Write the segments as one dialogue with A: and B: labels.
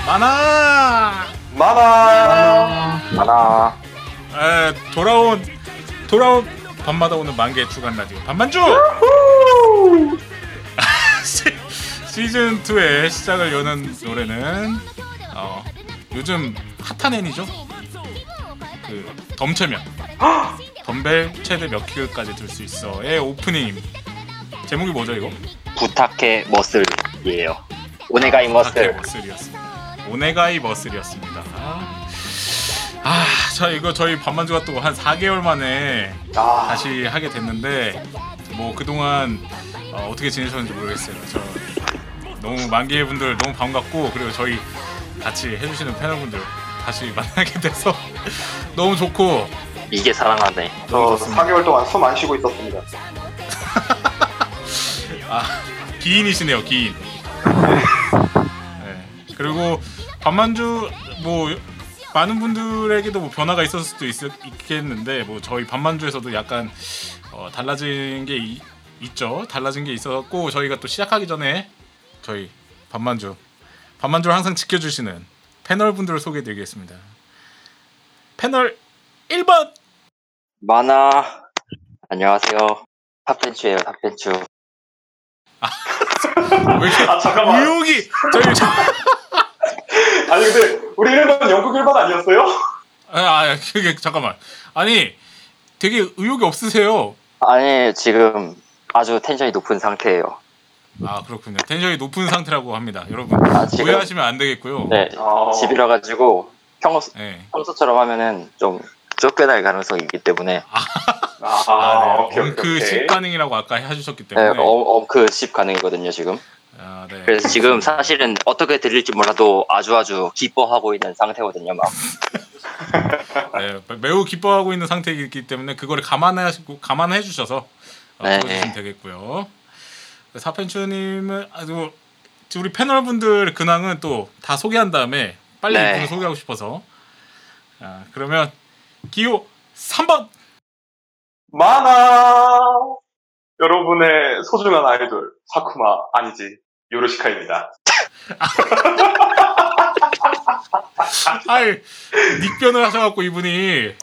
A: 많아.
B: 많아 많아
A: 에 돌아온 돌아온 밤마다 오는 만개 주간 라디오 밤만주 시- 시즌 2의 시작을 여는 노래는 어, 요즘 핫한 애니죠 그 덤체면 덤벨 최대 몇 킬까지 들 수 있어의 오프닝 제목이 뭐죠 이거
B: 부탁해 머슬이에요 오네가이 머슬
A: 머슬이었습니다 오네가이 머슬이었습니다 아, 아, 자 이거 저희 밤만주가 또 한 4개월 만에
B: 아
A: 다시 하게 됐는데 뭐 그동안 어, 떻게 지내셨는지 모르겠어요. 저 너무 만기의 분들 너무 반갑고 그리고 저희 같이 해주시는 패널분들 다시 만나게 돼서 너무 좋고
B: 이게 사랑하네
C: 저
A: 너무 좋습니다.
C: 어, 4개월 동안 숨 안 쉬고 있었습니다.
A: 아 기인이시네요 기인. 네. 그리고 반만주 뭐 많은 분들에게도 뭐 변화가 있었을 수도 있, 있겠는데 뭐 저희 반만주에서도 약간 어, 달라진 게 이- 있죠. 달라진 게 있었고 저희가 또 시작하기 전에 저희 반만주 반만주를 항상 지켜주시는 패널 분들을 소개해드리겠습니다. 패널 1번
B: 많아 안녕하세요 탑텐츠예요 탑텐츠
A: 왜 이렇게
C: 아 잠깐만.
A: 의욕이 저희 저-
C: 아니 근데 우리 1번 영국 1번 아니었어요?
A: 아, 아 그게 잠깐만. 아니, 되게 의욕이 없으세요.
B: 아니 지금 아주 텐션이 높은 상태예요
A: 아 그렇군요. 텐션이 높은 상태라고 합니다. 여러분
B: 아, 지금?
A: 오해하시면 안 되겠고요.
B: 네
C: 어.
B: 집이라 가지고 평소
A: 네.
B: 평소처럼 하면은 좀 쫓겨날 가능성이 있기 때문에
C: 아,
A: 아, 네.
C: 오케이 오케이.
A: 그
C: 오케이.
A: 식반응이라고 아까 해주셨기
B: 네,
A: 때문에.
B: 엄크 씹 가능이거든요 지금
A: 아, 네.
B: 그래서 지금 사실은 어떻게 들릴지 몰라도 아주 아주 기뻐하고 있는 상태거든요 막 아.
A: 네, 매우 기뻐하고 있는 상태이기 때문에 그거를 감안하시고 감안해 주셔서 어,
B: 네.
A: 들어주시면 되겠고요. 사펜추님은 아주 우리 패널분들 근황은 또 다 소개한 다음에 빨리
B: 네.
A: 이분을 소개하고 싶어서 아, 그러면 기호 3번
C: 많아. 여러분의 소중한 아이돌 사쿠마 아니지 요르시카입니다.
A: 아이 예. 닉변을 하셔갖고 이분이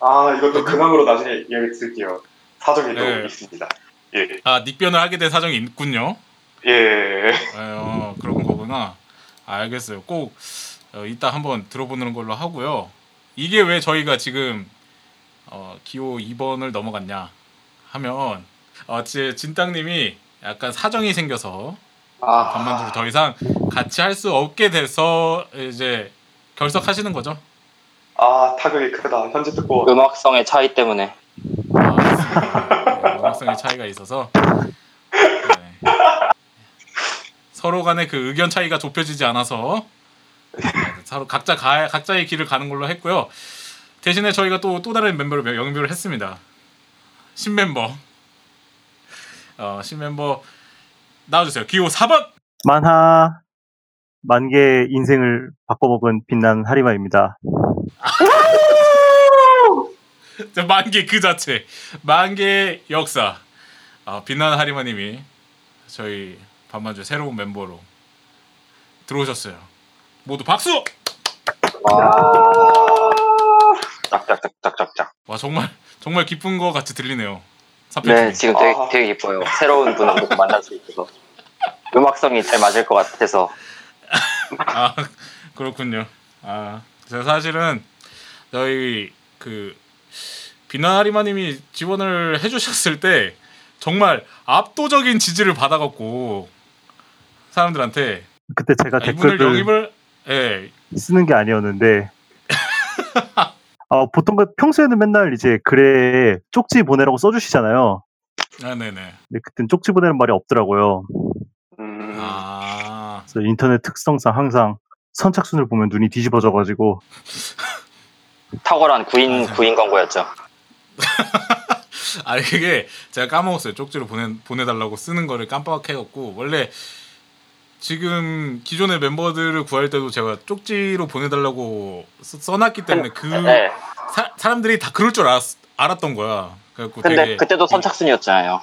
C: 아 이것도 근황으로 나중에 얘기 드릴게요. 사정이 또
A: 그- 네.
C: 있습니다. 예
A: 아 닉변을 하게 된 사정이 있군요.
C: 예.
A: 에, 어, 그런 거구나. 알겠어요. 꼭 어, 이따 한번 들어보는 걸로 하고요. 이게 왜 저희가 지금 어, 기호 2번을 넘어갔냐 하면 어, 제 진땅님이 약간 사정이 생겨서
C: 아,
A: 반만주를 더 이상 같이 할 수 없게 돼서 이제 결석하시는 거죠.
C: 아 타격이 크다. 현지 듣고
B: 음악성의 차이 때문에
A: 아, 맞습니다. 네, 문학성의 차이가 있어서 네. 서로 간의 그 의견 차이가 좁혀지지 않아서 네, 서로 각자 가, 각자의 길을 가는 걸로 했고요. 대신에 저희가 또 또 다른 멤버를 명- 영입을 했습니다. 신멤버. 어, 신멤버 나와주세요. 기호 4번.
D: 만하 만개의 인생을 바꿔먹은 빛난 하리마입니다.
A: 자, 만개 그 자체 만개의 역사 아, 빛나는 하리마님이 저희 밤만주 새로운 멤버로 들어오셨어요 모두 박수
B: 짝짝짝짝짝짝
A: 와 정말 정말 기쁜 거 같이 들리네요
B: 네
A: 사표님
B: 지금 되게,
C: 아.
B: 되게 기뻐요 새로운 분을 또 만날 수 있어서 음악성이 잘 맞을 것 같아서
A: 아 그렇군요 아 제가 사실은 저희 그 비나리마님이 지원을 해주셨을 때 정말 압도적인 지지를 받아갖고 사람들한테
D: 그때 제가
A: 아, 이분을
D: 댓글을
A: 영입을 예
D: 쓰는 게 아니었는데 어, 보통 그- 평소에는 맨날 이제 글에 쪽지 보내라고 써주시잖아요.
A: 아, 네네.
D: 근데 그땐 쪽지 보내는 말이 없더라고요.
C: 음,
A: 아,
D: 그래서 인터넷 특성상 항상 선착순을 보면 눈이 뒤집어져가지고
B: 탁월한 구인
A: 맞아요.
B: 구인 광고였죠
A: 아 이게 제가 까먹었어요. 쪽지로 보내 보내달라고 쓰는 거를 깜빡해갖고 원래 지금 기존의 멤버들을 구할 때도 제가 쪽지로 보내달라고 써, 써놨기 때문에 그
B: 네
A: 사, 사람들이 다 그럴 줄 알았, 알았던 거야. 그래갖고
B: 근데
A: 되게 음.
B: 그때도 선착순이었잖아요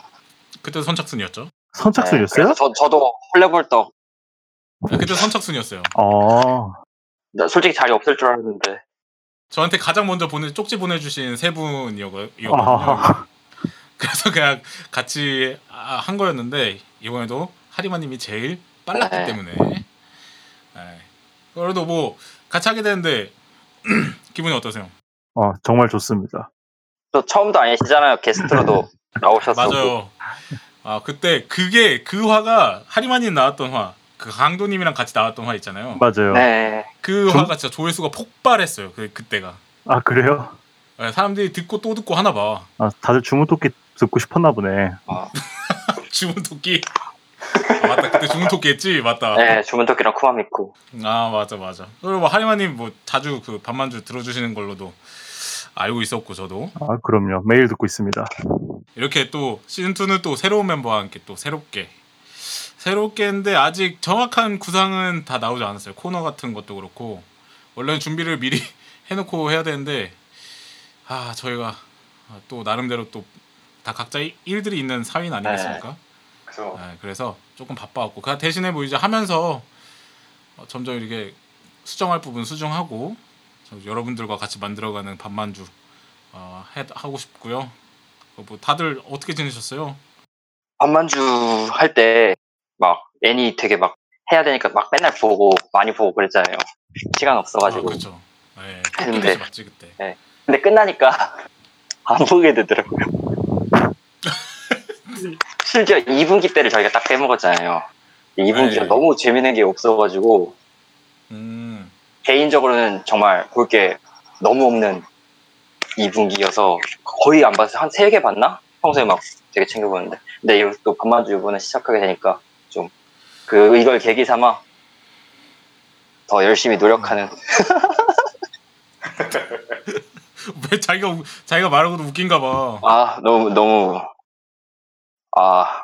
A: 그때 선착순이었죠.
B: 네,
D: 선착순이었어요?
B: 그래서 저, 저도 헐레벌떡
A: 아, 그때 선착순이었어요.
D: 어,
B: 나 솔직히 자리 없을 줄 알았는데
A: 저한테 가장 먼저 보내 쪽지 보내주신 세 분이거든요.
D: 아하.
A: 그래서 그냥 같이 아, 한 거였는데 이번에도 하리마님이 제일 빨랐기
B: 네.
A: 때문에 네. 그래도 뭐 같이 하게 되는데 기분이 어떠세요?
D: 어, 정말 좋습니다.
B: 또 처음도 아니시잖아요 게스트로도 나오셨었고
A: 맞아요. 아 그때 그게 그 화가 하리마님 나왔던 화, 그 강도님이랑 같이 나왔던 화 있잖아요.
D: 맞아요.
B: 네
A: 그
D: 좀-
A: 화가 진짜 조회수가 폭발했어요. 그 그때가
D: 아, 그래요?
A: 네, 사람들이 듣고 또 듣고 하나 봐.
D: 아, 다들 주문토끼 듣고 싶었나 보네.
A: 주문토끼 아, 맞다 그때 주문토끼 했지 맞다.
B: 네, 주문토끼랑 쿠마 믿고
A: 아 맞아 맞아 그리고 뭐 하리마님 뭐 자주 그 반만주 들어주시는 걸로도 알고 있었고 저도
D: 아, 그럼요. 매일 듣고 있습니다.
A: 이렇게 또 시즌 2는 또 새로운 멤버와 함께 또 새롭게 새롭게인데 아직 정확한 구상은 다 나오지 않았어요 코너 같은 것도 그렇고 원래는 준비를 미리 해놓고 해야 되는데 아 저희가 아, 또 나름대로 또 다 각자 일- 일들이 있는 사회는 아니겠습니까?
B: 어.
C: 그래서
A: 네, 그래서 조금 바빠갖고 그 대신에 뭐 이제 하면서 어, 점점 이렇게 수정할 부분 수정하고 저- 여러분들과 같이 만들어가는 반만주 어, 해, 하고 싶고요. 어, 뭐 다들 어떻게 지내셨어요?
B: 반만주 할 때 막 애니 되게 막 해야 되니까 막 맨날 보고 많이 보고 그랬잖아요 시간 없어가지고
A: 그렇죠. 네,
B: 했는데.
A: 네. 맞지 그때.
B: 근데 끝나니까 안 보게 되더라고요 심지어 2분기 때를 저희가 딱 빼먹었잖아요 2분기가
A: 네.
B: 너무 재밌는 게 없어가지고
A: 음,
B: 개인적으로는 정말 볼 게 너무 없는 2분기여서 거의 안 봤어요. 한 3개 봤나? 평소에 막 되게 챙겨보는데. 근데 이거 또 반만주 이번에 시작하게 되니까 좀 그 이걸 계기 삼아 더 열심히 노력하는
A: 왜 자기가 우- 자기가 말하고도 웃긴가 봐.
B: 아 너무 너무 아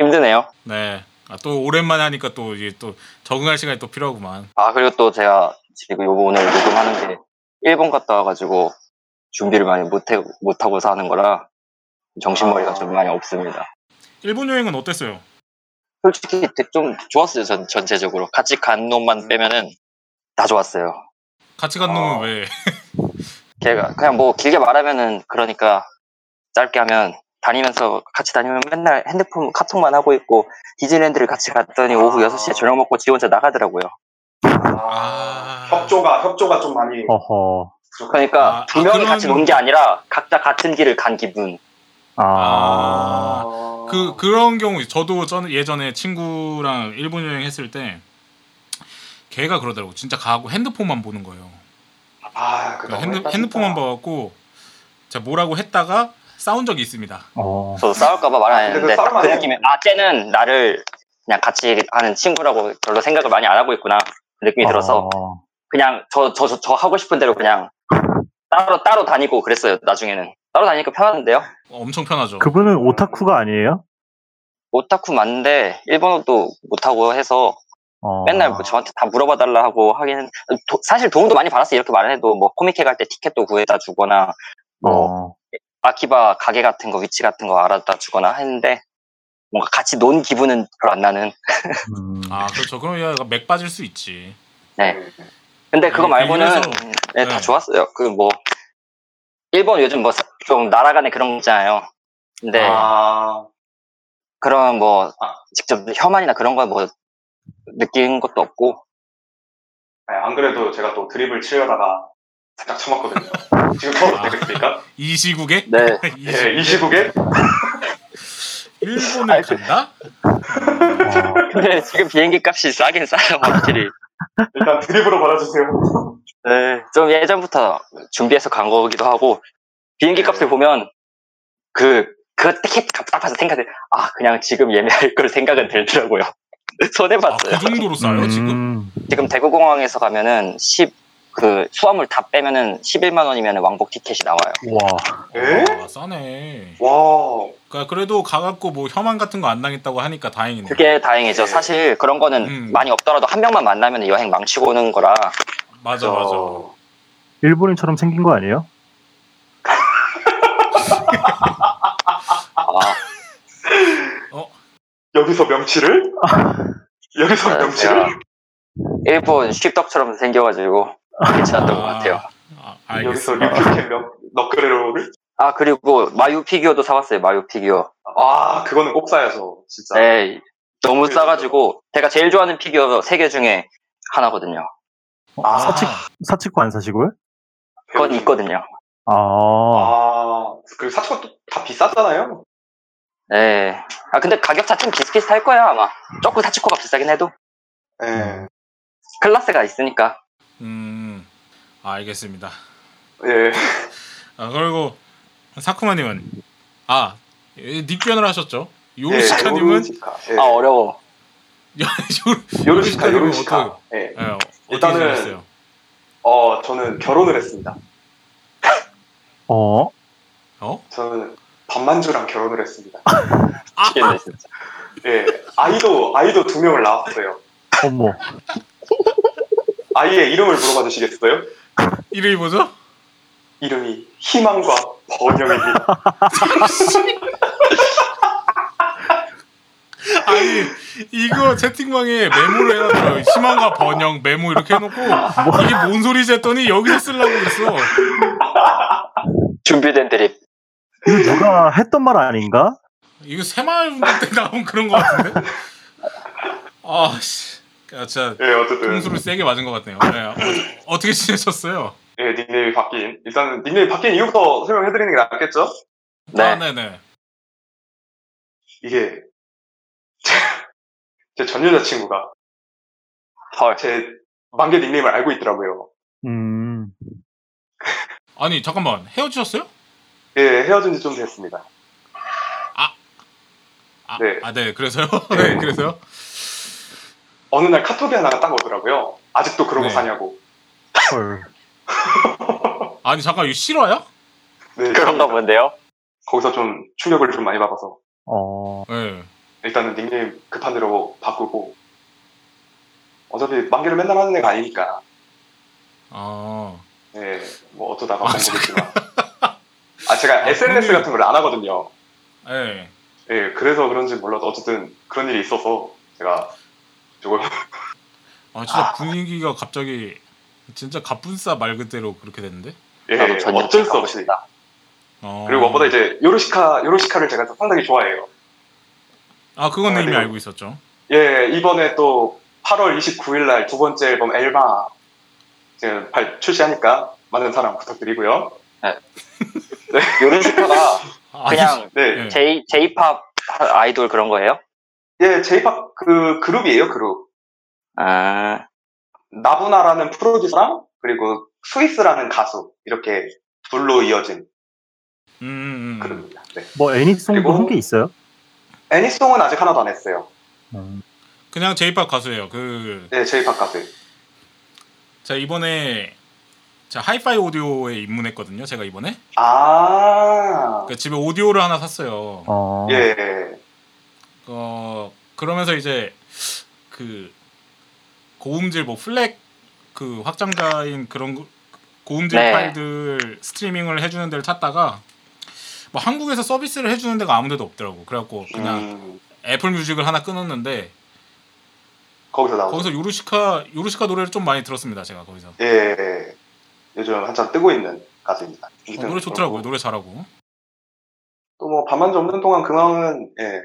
B: 힘드네요.
A: 네. 아, 또 오랜만에 하니까 또 이게 또 적응할 시간이 또 필요하구만.
B: 아 그리고 또 제가 지금 요거 오늘 녹음하는 게 일본 갔다 와가지고 준비를 많이 못해 못하고서 하는 거라 정신머리가 좀 많이 없습니다.
A: 일본 여행은 어땠어요?
B: 솔직히 되게 좀 좋았어요 전, 전체적으로 같이 간 놈만
A: 음.
B: 빼면은 다 좋았어요
A: 같이 간 놈은
B: 어.
A: 왜?
B: 걔가 그냥 뭐 길게 말하면은 그러니까 짧게 하면 다니면서 같이 다니면 맨날 핸드폰 카톡만 하고 있고 디즈니랜드를 같이 갔더니 오후
C: 아.
B: 6시에 저녁 먹고 지 혼자 나가더라고요
A: 아.
C: 협조가 협조가 좀 많이
D: 어허.
B: 그러니까
A: 아,
B: 두 명이
A: 그런-
B: 같이 논 게 아니라 각자 같은 길을 간 기분
D: 아,
A: 아.
C: 어,
A: 그 그런 경우 저도 전 예전에 친구랑 일본 여행 했을 때 걔가 그러더라고 진짜 가고 핸드폰만 보는 거예요.
B: 어,
C: 아, 그거
A: 그러니까
C: 너무
A: 핸드,
C: 따뜻하다.
A: 핸드폰만 봐갖고 제가 뭐라고 했다가 싸운 적이 있습니다.
D: 어.
B: 저도 싸울까봐 말 안 했는데
C: 근데 그
B: 딱 그
C: 싸움 안
B: 느낌에 아 쟤는 나를 그냥 같이 하는 친구라고 별로 생각을 많이 안 하고 있구나 그 느낌이 들어서
D: 어.
B: 그냥 저, 저, 저, 저 하고 싶은 대로 그냥 따로, 따로 다니고 그랬어요, 나중에는. 따로 다니니까 편한데요?
A: 엄청 편하죠.
D: 그분은 오타쿠가 아니에요?
B: 오타쿠 맞는데, 일본어도 못하고 해서,
D: 어.
B: 맨날
C: 아.
B: 뭐 저한테 다 물어봐달라 하고 하긴, 도- 사실 도움도 많이 받았어요, 이렇게 말안 해도. 뭐, 코믹회 갈 때 티켓도 구해다 주거나, 뭐,
D: 어.
B: 아키바 가게 같은 거, 위치 같은 거 알아다 주거나 했는데, 뭔가 같이 논 기분은 별로 안 나는.
D: 음.
A: 아 그렇죠. 그럼 얘가 맥 빠질 수 있지.
B: 근데 그거
A: 네,
B: 말고는,
A: 그래서-
B: 네, 다
A: 네.
B: 좋았어요. 그 뭐, 일본 요즘 뭐, 좀 나라 간에 그런 거 있잖아요. 근데,
C: 아,
B: 그런 뭐 직접 혐한이나 그런 거 뭐 느낀 것도 없고
C: 네, 안 그래도 제가 또 드립을 치려다가 살짝 쳐맞거든요. 지금 처음 되겠습니까?
A: 이 시국에
B: 네
A: 이
C: 예,
A: 시국에
C: 이 시국에
A: 일본을 간다?
D: 어.
B: 근데 지금 비행기 값이 싸긴 싸요 확실히
C: 일단 드립으로 받아주세요.
B: 네좀 예전부터 준비해서 간 거기도 하고 비행기
C: 네.
B: 값을 보면 그 그 티켓 값 딱 봐서 생각해 아 그냥 지금 예매할 걸 생각은 들더라고요 손해
A: 아,
B: 봤어요
A: 그 정도로 싸요 지금?
D: 음.
B: 지금 대구공항에서 가면은 10 그 수화물 다 빼면은 11만 원이면 왕복 티켓이 나와요
D: 와.
B: 네?
C: 에?
A: 아, 싸네.
C: 예? 와,
A: 그러니까 그래도 가갖고 뭐 혐한 같은 거 안 당했다고 하니까 다행이네.
B: 그게 다행이죠 사실 그런 거는
A: 음.
B: 많이 없더라도 한 명만 만나면 여행 망치고 오는 거라
A: 맞아
B: 어,
A: 맞아.
D: 일본인처럼 생긴 거 아니에요?
B: 아 아, 네.
C: 여기서 명치를? 여기서 명치를?
B: 제가 일본 쉽덕처럼 생겨가지고 괜찮았던 것 같아요.
A: 아,
C: 여기서
A: 알겠습니다.
C: 리필캠 너그레로를
B: 아 그리고 마유 피규어도 사봤어요. 마유 피규어.
C: 아 그거는 꼭 사야죠 진짜
B: 네, 너무
C: 그래서-
B: 싸가지고 제가 제일 좋아하는 피규어 세 개 중에 하나거든요.
D: 아, 사치, 사치코 안 사시고요?
B: 그건 있거든요.
D: 아,
C: 그렇죠. 아 그리고 사치가 또 다 비싸잖아요
B: 네. 아 근데 가격 자체는 비슷비슷할 거야 아마. 조금 사치코가 비싸긴 해도
C: 예.
B: 음. 클라스가 있으니까.
A: 음, 알겠습니다.
C: 예.
A: 아, 그리고 사쿠마님은 아 예, 닉변을 하셨죠?
C: 예,
A: 요르시카님은
C: 요르시카. 예.
B: 아 어려워.
A: 요르-
C: 아, 요르시카
A: 요르시카님은
C: 요르시카
A: 어떡-
C: 예.
A: 예, 어,
C: 일단은-
A: 일단은 어요
C: 어 저는 결혼을 했습니다
D: 어,
A: 어?
C: 저는 반만주랑 결혼을 했습니다
A: 아,
B: 미치겠네, 진짜.
C: 예 아이도 아이도 두 명을 낳았어요
D: 어머.
C: 아이의 이름을 물어봐 주시겠어요?
A: 이름이 뭐죠?
C: 이름이 희망과 번영입니다
A: 아니 이거 채팅방에 메모를 해놨더라고 희망과 번영 메모 이렇게 해놓고 이게 뭔 소리지 했더니 여기서 쓰려고 그랬어
B: 준비된 드립.
D: 이거 누가 했던 말 아닌가?
A: 이거 새마을 운동 때 나온 그런 거 같은데? 아씨 진짜
C: 예 어쨌든
A: 통수를 세게 맞은 것 같네요 네, 어, 어떻게 지내셨어요?
C: 예 닉네임이 바뀐 일단은 닉네임이 바뀐 이유부터 설명해드리는 게 낫겠죠?
B: 네.
A: 아, 네네
C: 이게 제 전 여자친구가
B: 헐.
C: 제 만개 닉네임을 알고 있더라고요.
D: 음,
A: 아니 잠깐만 헤어지셨어요?
C: 예, 헤어진 지 좀 됐습니다.
A: 아,
C: 네.
A: 아, 네, 그래서요? 네,
C: 네.
A: 그래서요?
C: 어느 날 카톡이 하나가 딱 오더라고요. 아직도 그러고
A: 네.
C: 사냐고.
D: 헐.
A: 아니, 잠깐, 이거 실화야?
C: 네,
B: 그런가 본데요.
C: 거기서 좀 충격을 좀 많이 받아서
D: 어,
A: 네.
C: 일단은 닉네임 급한대로 바꾸고 어차피 만개를 맨날 하는 애가 아니니까
A: 아,
C: 예, 뭐 어쩌다가
A: 아,
C: 본 거겠지만 아 제가 SNS 같은 걸 안 하거든요.
A: 네.
C: 예, 그래서 그런지 몰라도 어쨌든 그런 일이 있어서 제가 저걸
A: 아, 진짜 분위기가 갑자기, 진짜 갑분싸 말 그대로 그렇게 됐는데?
C: 예,
B: 나도 전
C: 어쩔
B: 여친
C: 수 없이
B: 가고 싶다.
A: 아,
C: 그리고 무엇보다 이제 요르시카 요르시카를 제가 상당히 좋아해요.
A: 아, 그건
C: 아,
A: 이미
C: 그리고-
A: 알고 있었죠.
C: 예, 이번에 또 8월 29일 날 두 번째 앨범 엘마 지금 발 출시하니까 많은 사랑 부탁드리고요.
B: 요르시카가
A: 아,
B: 그냥
C: 네,
A: 예.
B: J J-팝 아이돌 그런 거예요?
C: 예, J-pop 그 그룹이에요, 그룹.
B: 아,
C: 나부나라는 프로듀서랑 그리고 스위스라는 가수 이렇게 둘로 이어진
A: 음, 음, 음.
C: 그룹입니다. 네.
D: 뭐 애니송도
C: 그리고-
D: 한 게 있어요?
C: 애니송은 아직 하나도 안 했어요.
D: 음,
A: 그냥 제이팝 가수예요. 그,
C: 네, J-pop 가수.
A: 자, 이번에, 자, 하이파이 오디오에 입문했거든요, 제가 이번에.
C: 아,
A: 그 집에 오디오를 하나 샀어요.
D: 어,
C: 예,
A: 어 그러면서 이제 그 고음질 뭐 플렉 그 확장자인 그런 거- 고음질
B: 네.
A: 파일들 스트리밍을 해주는 데를 찾다가 뭐 한국에서 서비스를 해주는 데가 아무데도 없더라고 그래갖고 그냥
C: 음,
A: 애플 뮤직을 하나 끊었는데
C: 거기서 나오죠.
A: 거기서 요르시카 요르시카 노래를 좀 많이 들었습니다 제가 거기서 어,
C: 예, 요즘 한참 뜨고 있는 가수입니다.
A: 어, 노래 좋더라고요 노래 잘하고
C: 또뭐 반만주 없는 동안 근황은 예,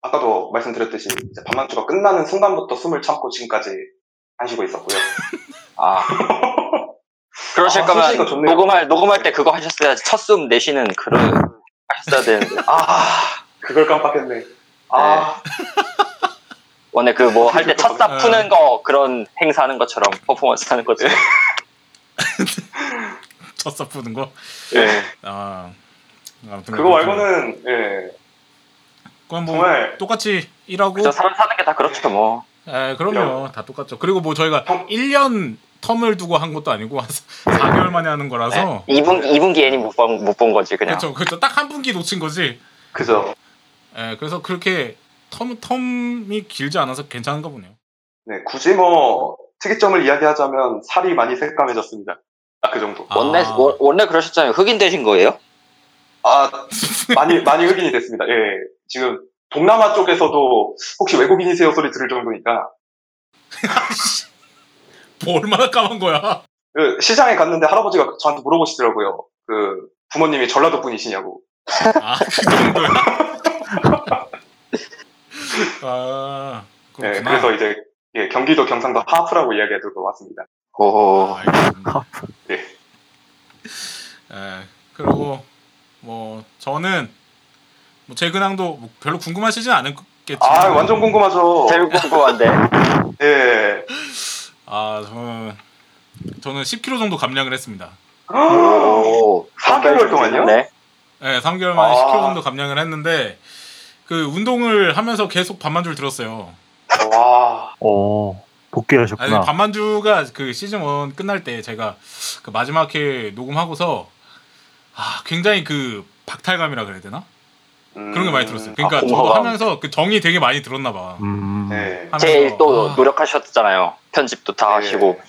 C: 아까도 말씀드렸듯이 이제 반만주가 끝나는 순간부터 숨을 참고 지금까지 안 쉬고 있었고요.
B: 아. 그러실
C: 아,
B: 거면
C: 소식이 좋네요.
B: 녹음할 녹음할 때 그거 하셨어야지 첫 숨 내쉬는
C: 음.
B: 그런 하셨어야 되는데
C: 아, 그걸 깜빡했네. 아,
B: 원래 그 뭐 할 때
C: 음.
B: 첫사 푸는 거 그런 행사하는 것처럼 퍼포먼스 하는
C: 네.
B: 것처럼
A: 첫사 푸는
C: 예,
A: 거아 아무튼
C: 그거 말고는 예,
A: 그건 뭐
C: 정말
A: 똑같이 일하고
B: 그저 사람 사는 게 다 그렇죠 뭐
A: 에, 예, 그럼요. 다 똑같죠. 그리고 뭐 저희가
C: 형.
A: 1년 텀을 두고 한 것도 아니고 한 4개월 만에 하는 거라서
B: 2분 네. 2분기 애니 못본 못 본 거지 그냥
A: 그렇죠. 그렇죠. 딱 한 분기 놓친 거지.
C: 그죠.
A: 에, 그래서 그렇게 텀 텀이 길지 않아서 괜찮은가 보네요.
C: 네, 굳이 뭐 특이점을 이야기하자면 살이 많이 새까매졌습니다. 아, 그 정도.
B: 원래
A: 아,
B: 원- 원래 그러셨잖아요 흑인 되신 거예요?
C: 아, 많이 많이 흑인이 됐습니다. 예, 지금 동남아 쪽에서도 혹시 외국인이세요 소리 들을 정도니까
A: 뭐 얼마나 까만 거야?
C: 그 시장에 갔는데 할아버지가 저한테 물어보시더라고요. 그 부모님이 전라도 분이시냐고.
A: 아 그 정도야? 아
C: 예,
A: 그렇구나.
C: 그래서 이제 예, 경기도 경상도 하프라고 이야기해드리고 왔습니다.
B: 오,
A: 아, 알겠습니다. 네.
C: 예.
A: 예, 그리고 뭐 저는 뭐 제 근황도 뭐 별로 궁금하시진 않겠지만
C: 아 완전 궁금하죠.
B: 제일 궁금한데.
C: 예.
A: 아 저는 저는 10kg 정도 감량을 했습니다.
B: 오,
C: 4개월 동안요?
B: 네.
A: 네, 3개월 만에
C: 아.
A: 10kg 정도 감량을 했는데 그 운동을 하면서 계속 반만주를 들었어요.
C: 와.
D: 어
A: 아니,
D: 복귀하셨구나.
A: 반만주가 그 시즌 1 끝날 때 제가 그 마지막 회 녹음하고서 아, 굉장히 그 박탈감이라 그래야 되나?
C: 음.
A: 그런 게 많이 들었어요. 그러니까
B: 아,
A: 저도
B: 공허감.
A: 하면서 그 정이 되게 많이 들었나 봐.
D: 음.
B: 네.
C: 예.
A: 하면서
B: 제일 또
A: 아,
B: 노력하셨잖아요. 편집도 다
C: 예.
B: 하시고.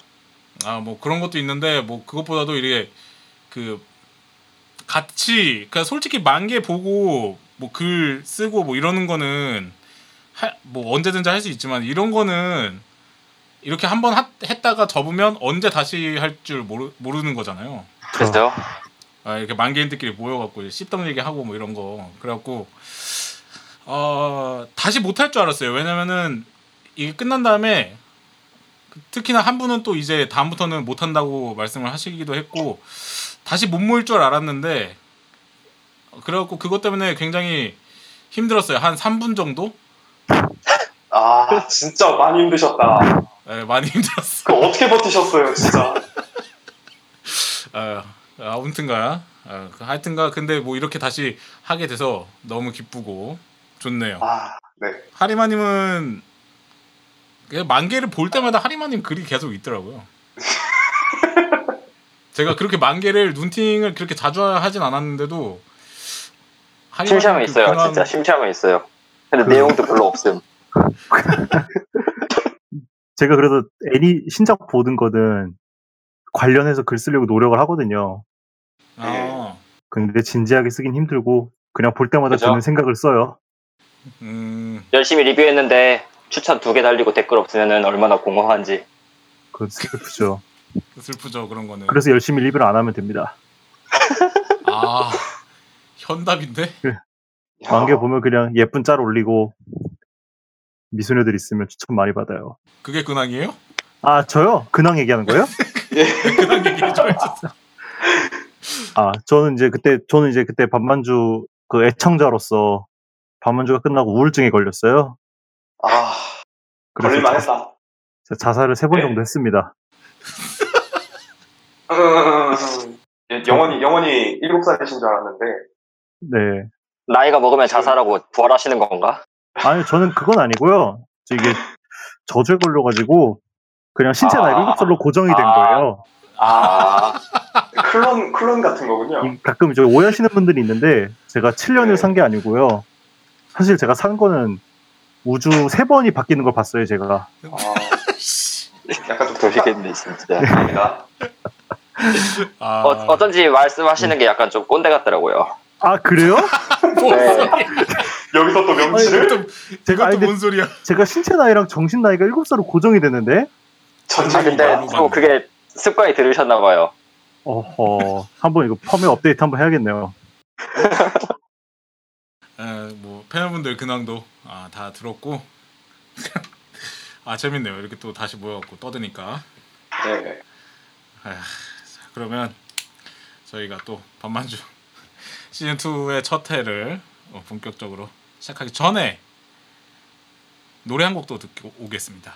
A: 아, 뭐 그런 것도 있는데 뭐 그것보다도 이게 그 같이 그러니까 솔직히 만개 보고 뭐 글 쓰고 뭐 이러는 거는 할- 뭐 언제든지 할 수 있지만 이런 거는 이렇게 한 번 했다가 접으면 언제 다시 할 줄 모르, 모르는 거잖아요.
B: 그랬어요?
A: 아, 이렇게 만개인들끼리 모여갖고 이제 씹던 얘기하고 뭐 이런 거 그래갖고 어, 다시 못할 줄 알았어요 왜냐면은 이게 끝난 다음에 그- 특히나 한 분은 또 이제 다음부터는 못한다고 말씀을 하시기도 했고 다시 못 모일 줄 알았는데 어, 그래갖고 그것 때문에 굉장히 힘들었어요 한 3분 정도
C: 아 진짜 많이 힘드셨다.
A: 예, 많이 힘들었어
C: 그 어떻게 버티셨어요, 진짜.
A: 아, 아무튼가 아, 하여튼가 근데 뭐 이렇게 다시 하게 돼서 너무 기쁘고 좋네요
C: 아
A: 하리마님은 그냥 만개를 볼 때마다 하리마님 글이 계속 있더라고요. 제가 그렇게 만개를 눈팅을 그렇게 자주 하진 않았는데도 하리마님
B: 심심함이
A: 그
B: 있어요.
A: 근황-
B: 진짜 심심함이 있어요. 근데
D: 그-
B: 내용도 별로 없음.
D: 제가 그래서 애니 신작 보는 거는 관련해서 글 쓰려고 노력을 하거든요.
B: 네.
A: 아,
D: 근데 진지하게 쓰긴 힘들고 그냥 볼 때마다
B: 그죠?
D: 드는 생각을 써요.
A: 음,
B: 열심히 리뷰했는데 추천 두 개 달리고 댓글 없으면 얼마나 공허한지.
D: 그건 슬프죠.
A: 슬프죠 그런 거는.
D: 그래서 열심히 리뷰를 안 하면 됩니다.
A: 아, 현답인데?
C: 야.
D: 만개 보면 그냥 예쁜 짤 올리고 미소녀들 있으면 추천 많이 받아요.
A: 그게 근황이에요?
D: 아 저요? 근황 얘기하는 거예요?
A: 근황 얘기해줘야지.
D: 아 저는 이제 그때 저는 이제 그때 반만주 그 애청자로서 반만주가 끝나고 우울증에 걸렸어요.
C: 아
D: 그래서
C: 걸릴만했다.
D: 자- 자살을 세 번
C: 네.
D: 정도 했습니다.
C: 음, 예, 영원히 영원히 일곱 살이신 줄 알았는데
D: 네.
B: 나이가 먹으면 자살하고 부활하시는 건가?
D: 아니 저는 그건 아니고요. 저 이게 저주에 걸려가지고 그냥 신체 나이
B: 아.
D: 7살로 고정이 된
B: 아.
D: 거예요.
B: 아,
C: 클론 클론 같은 거군요.
A: 음.
D: 이- 가끔 저 오해하시는 분들이 있는데 제가 7년을
C: 네.
D: 산 게 아니고요. 사실 제가 산 거는 우주 세 번이 바뀌는 걸 봤어요.
C: 아,
D: 제가
C: 약간 좀 도시겠네
B: 도시겠네 진짜.
C: 아니다.
A: 아,
B: 어, 어쩐지 말씀하시는 게 약간 좀 꼰대 같더라고요.
D: 아 그래요?
A: 뭔
B: 네.
A: 소리야?
C: 여기서 또 명치를
A: 그것도- 그것도
D: 제가 아니,
A: 뭔 소리야?
D: 제가 신체 나이랑 정신 나이가 7살로 고정이 됐는데
B: 아 근데
C: 전쟁인가?
B: 또 그게 습관이 들으셨나 봐요.
D: 어허 한번 이거 펌웨어 업데이트 한번 해야겠네요.
A: 에, 뭐 팬분들 근황도 아, 다 들었고 아 재밌네요 이렇게 또 다시 모여갖고 떠드니까
C: 네.
A: 자, 그러면 저희가 또 반만주 시즌 2의 첫 회를 어, 본격적으로 시작하기 전에 노래 한 곡도 듣고 오겠습니다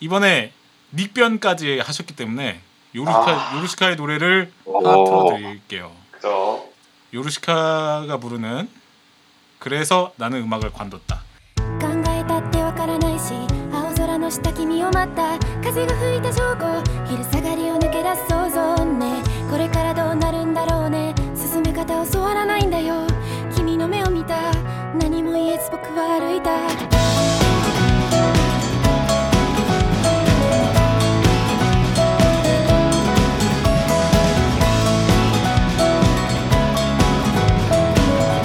A: 이번에 닉변까지 하셨기 때문에 요르시카,
C: 아.
A: 요르시카의 노래를
B: 오.
A: 하나 틀어드릴게요
C: 그죠.
A: 요르시카가 부르는 그래서 나는 음악을 관뒀다
E: 考えたってわからないし青空の下君を待った風が吹いた証拠昼下がりを抜け出す想像ねこれからどうなるんだろうね進め方を教わらないんだよ君の目を見た何も言えず僕は歩いた考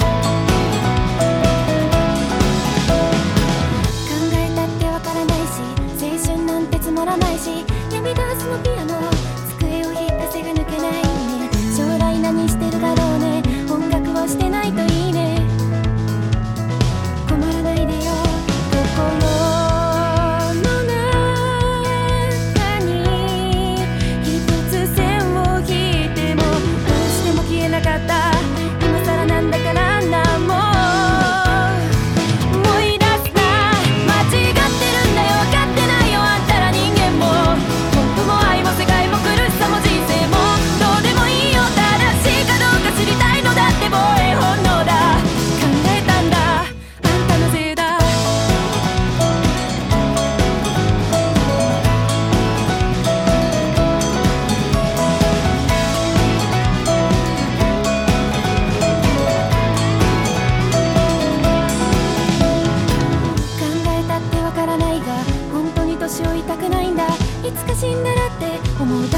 E: えたってわからないし青春なんてつまらないしで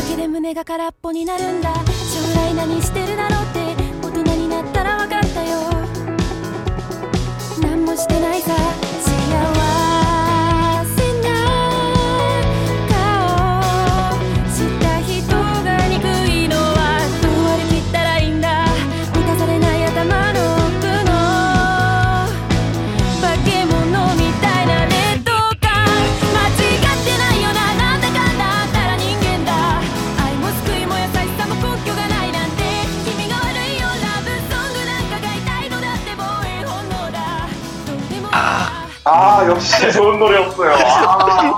E: けで胸が空っぽになるんだ将来何してるだろうって大人になったら分かったよ何もしてないさ幸せな顔した人が憎いのはどう割り切ったらいいんだ満たされない頭の奥の化け物みたいな劣等感間違ってないよななんだかんだあったら人間だ愛も救いも優しさも根拠がないなんて君が悪いよラブソングなんかが痛いのだって防衛本能だどうでもいいな
C: 아 역시 좋은 노래였어요. 아,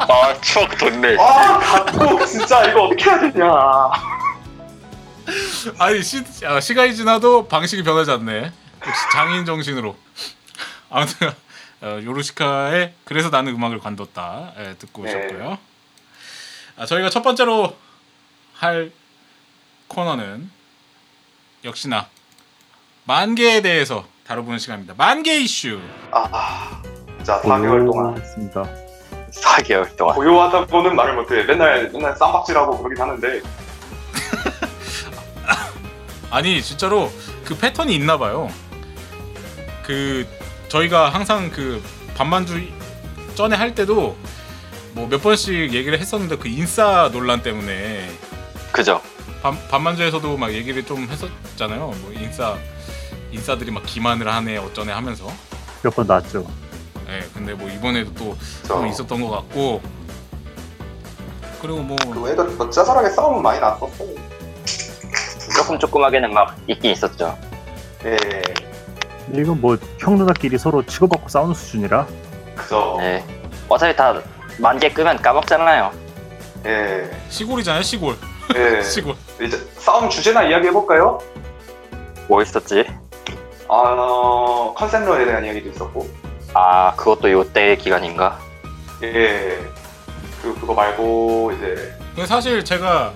B: 아 추억 돋네
C: 아 각도 진짜 이거 어떻게 해야 되냐.
A: 아니 시, 아, 시간이 지나도 방식이 변하지 않네. 역시 장인 정신으로. 아무튼 어, 요루시카의 그래서 나는 음악을 관뒀다 예, 듣고
C: 네.
A: 오셨고요. 아, 저희가 첫 번째로 할 코너는 역시나 만개에 대해서 다뤄보는 시간입니다. 만개 이슈.
C: 아 진짜 4개월 동안
D: 했습니다.
B: 4개월 동안
C: 고요하다 보는 말을 못해. 맨날 맨날 쌈박질하고 그러긴 하는데
A: 아니 진짜로 그 패턴이 있나 봐요. 그 저희가 항상 그 반만주 전에 할 때도 뭐 몇 번씩 얘기를 했었는데 그 인싸 논란 때문에
B: 그죠
A: 반, 반만주에서도 막 얘기를 좀 했었잖아요. 뭐 인싸 인싸들이 막 기만을 하네 어쩌네 하면서.
D: 몇 번 나왔죠.
A: 예. 근데 뭐 이번에도 또
C: 저
A: 뭐 있었던 것 같고. 그리고 뭐
C: 그 애들 뭐 짜잘하게 싸움은 많이 났었어.
B: 조금 조그맣게는 막 있긴 있었죠
C: 예,
D: 근데 이건 뭐 형 누나끼리 서로 치고받고 싸우는 수준이라
C: 그죠.
B: 네 어차피 다 만개 끄면 까먹잖아요
C: 예,
A: 시골이잖아요 시골
C: 예.
A: 시골.
C: 이제 싸움 주제나 이야기 해볼까요?
B: 뭐 있었지
C: 아 어, 컨셉러에 대한 이야기도 있었고,
B: 아 그것도 요때 기간인가
C: 예. 그 그거 말고 이제
A: 근데 사실 제가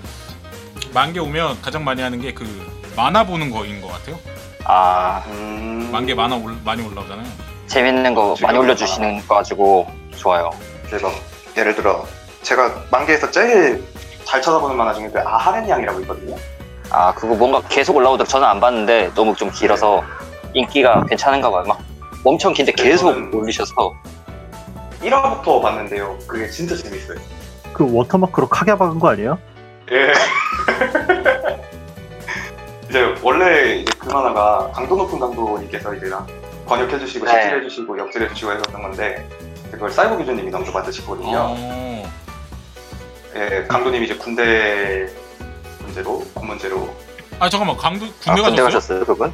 A: 만개 오면 가장 많이 하는 게 그 만화 보는 거인 것 같아요.
B: 아
C: 음...
A: 만개 만화 올, 많이 올라오잖아요.
B: 재밌는 거 많이 올려주시는 거 가지고 좋아요
C: 그래서 예를 들어 제가 만개에서 제일 잘 찾아보는 만화 중에 그 아하렌 양이라고 있거든요.
B: 아 그거 뭔가 계속 올라오더라고 저는 안 봤는데 너무 좀 길어서
A: 네.
B: 인기가 괜찮은가 봐요 막 엄청 긴데 계속
A: 음.
C: 저는-
B: 올리셔서
C: 1화부터 봤는데요. 그게 진짜 재밌어요.
D: 그 워터마크로 카게 박은 거 아니에요?
C: 예. 이제 원래 이제 그 만화가 강도 높은 강도님께서 이제 나- 번역해주시고
B: 네.
C: 시킬해주시고 역질해주시고 했었던 건데 그걸 사이버 교주님이 넘겨 받으시거든요.
A: 어,
C: 예, 강도님이 이제 군대 문제로 군 문제로
A: 아 잠깐만 강도
B: 아,
A: 군대 가셨어요?
B: 가셨어요 그분?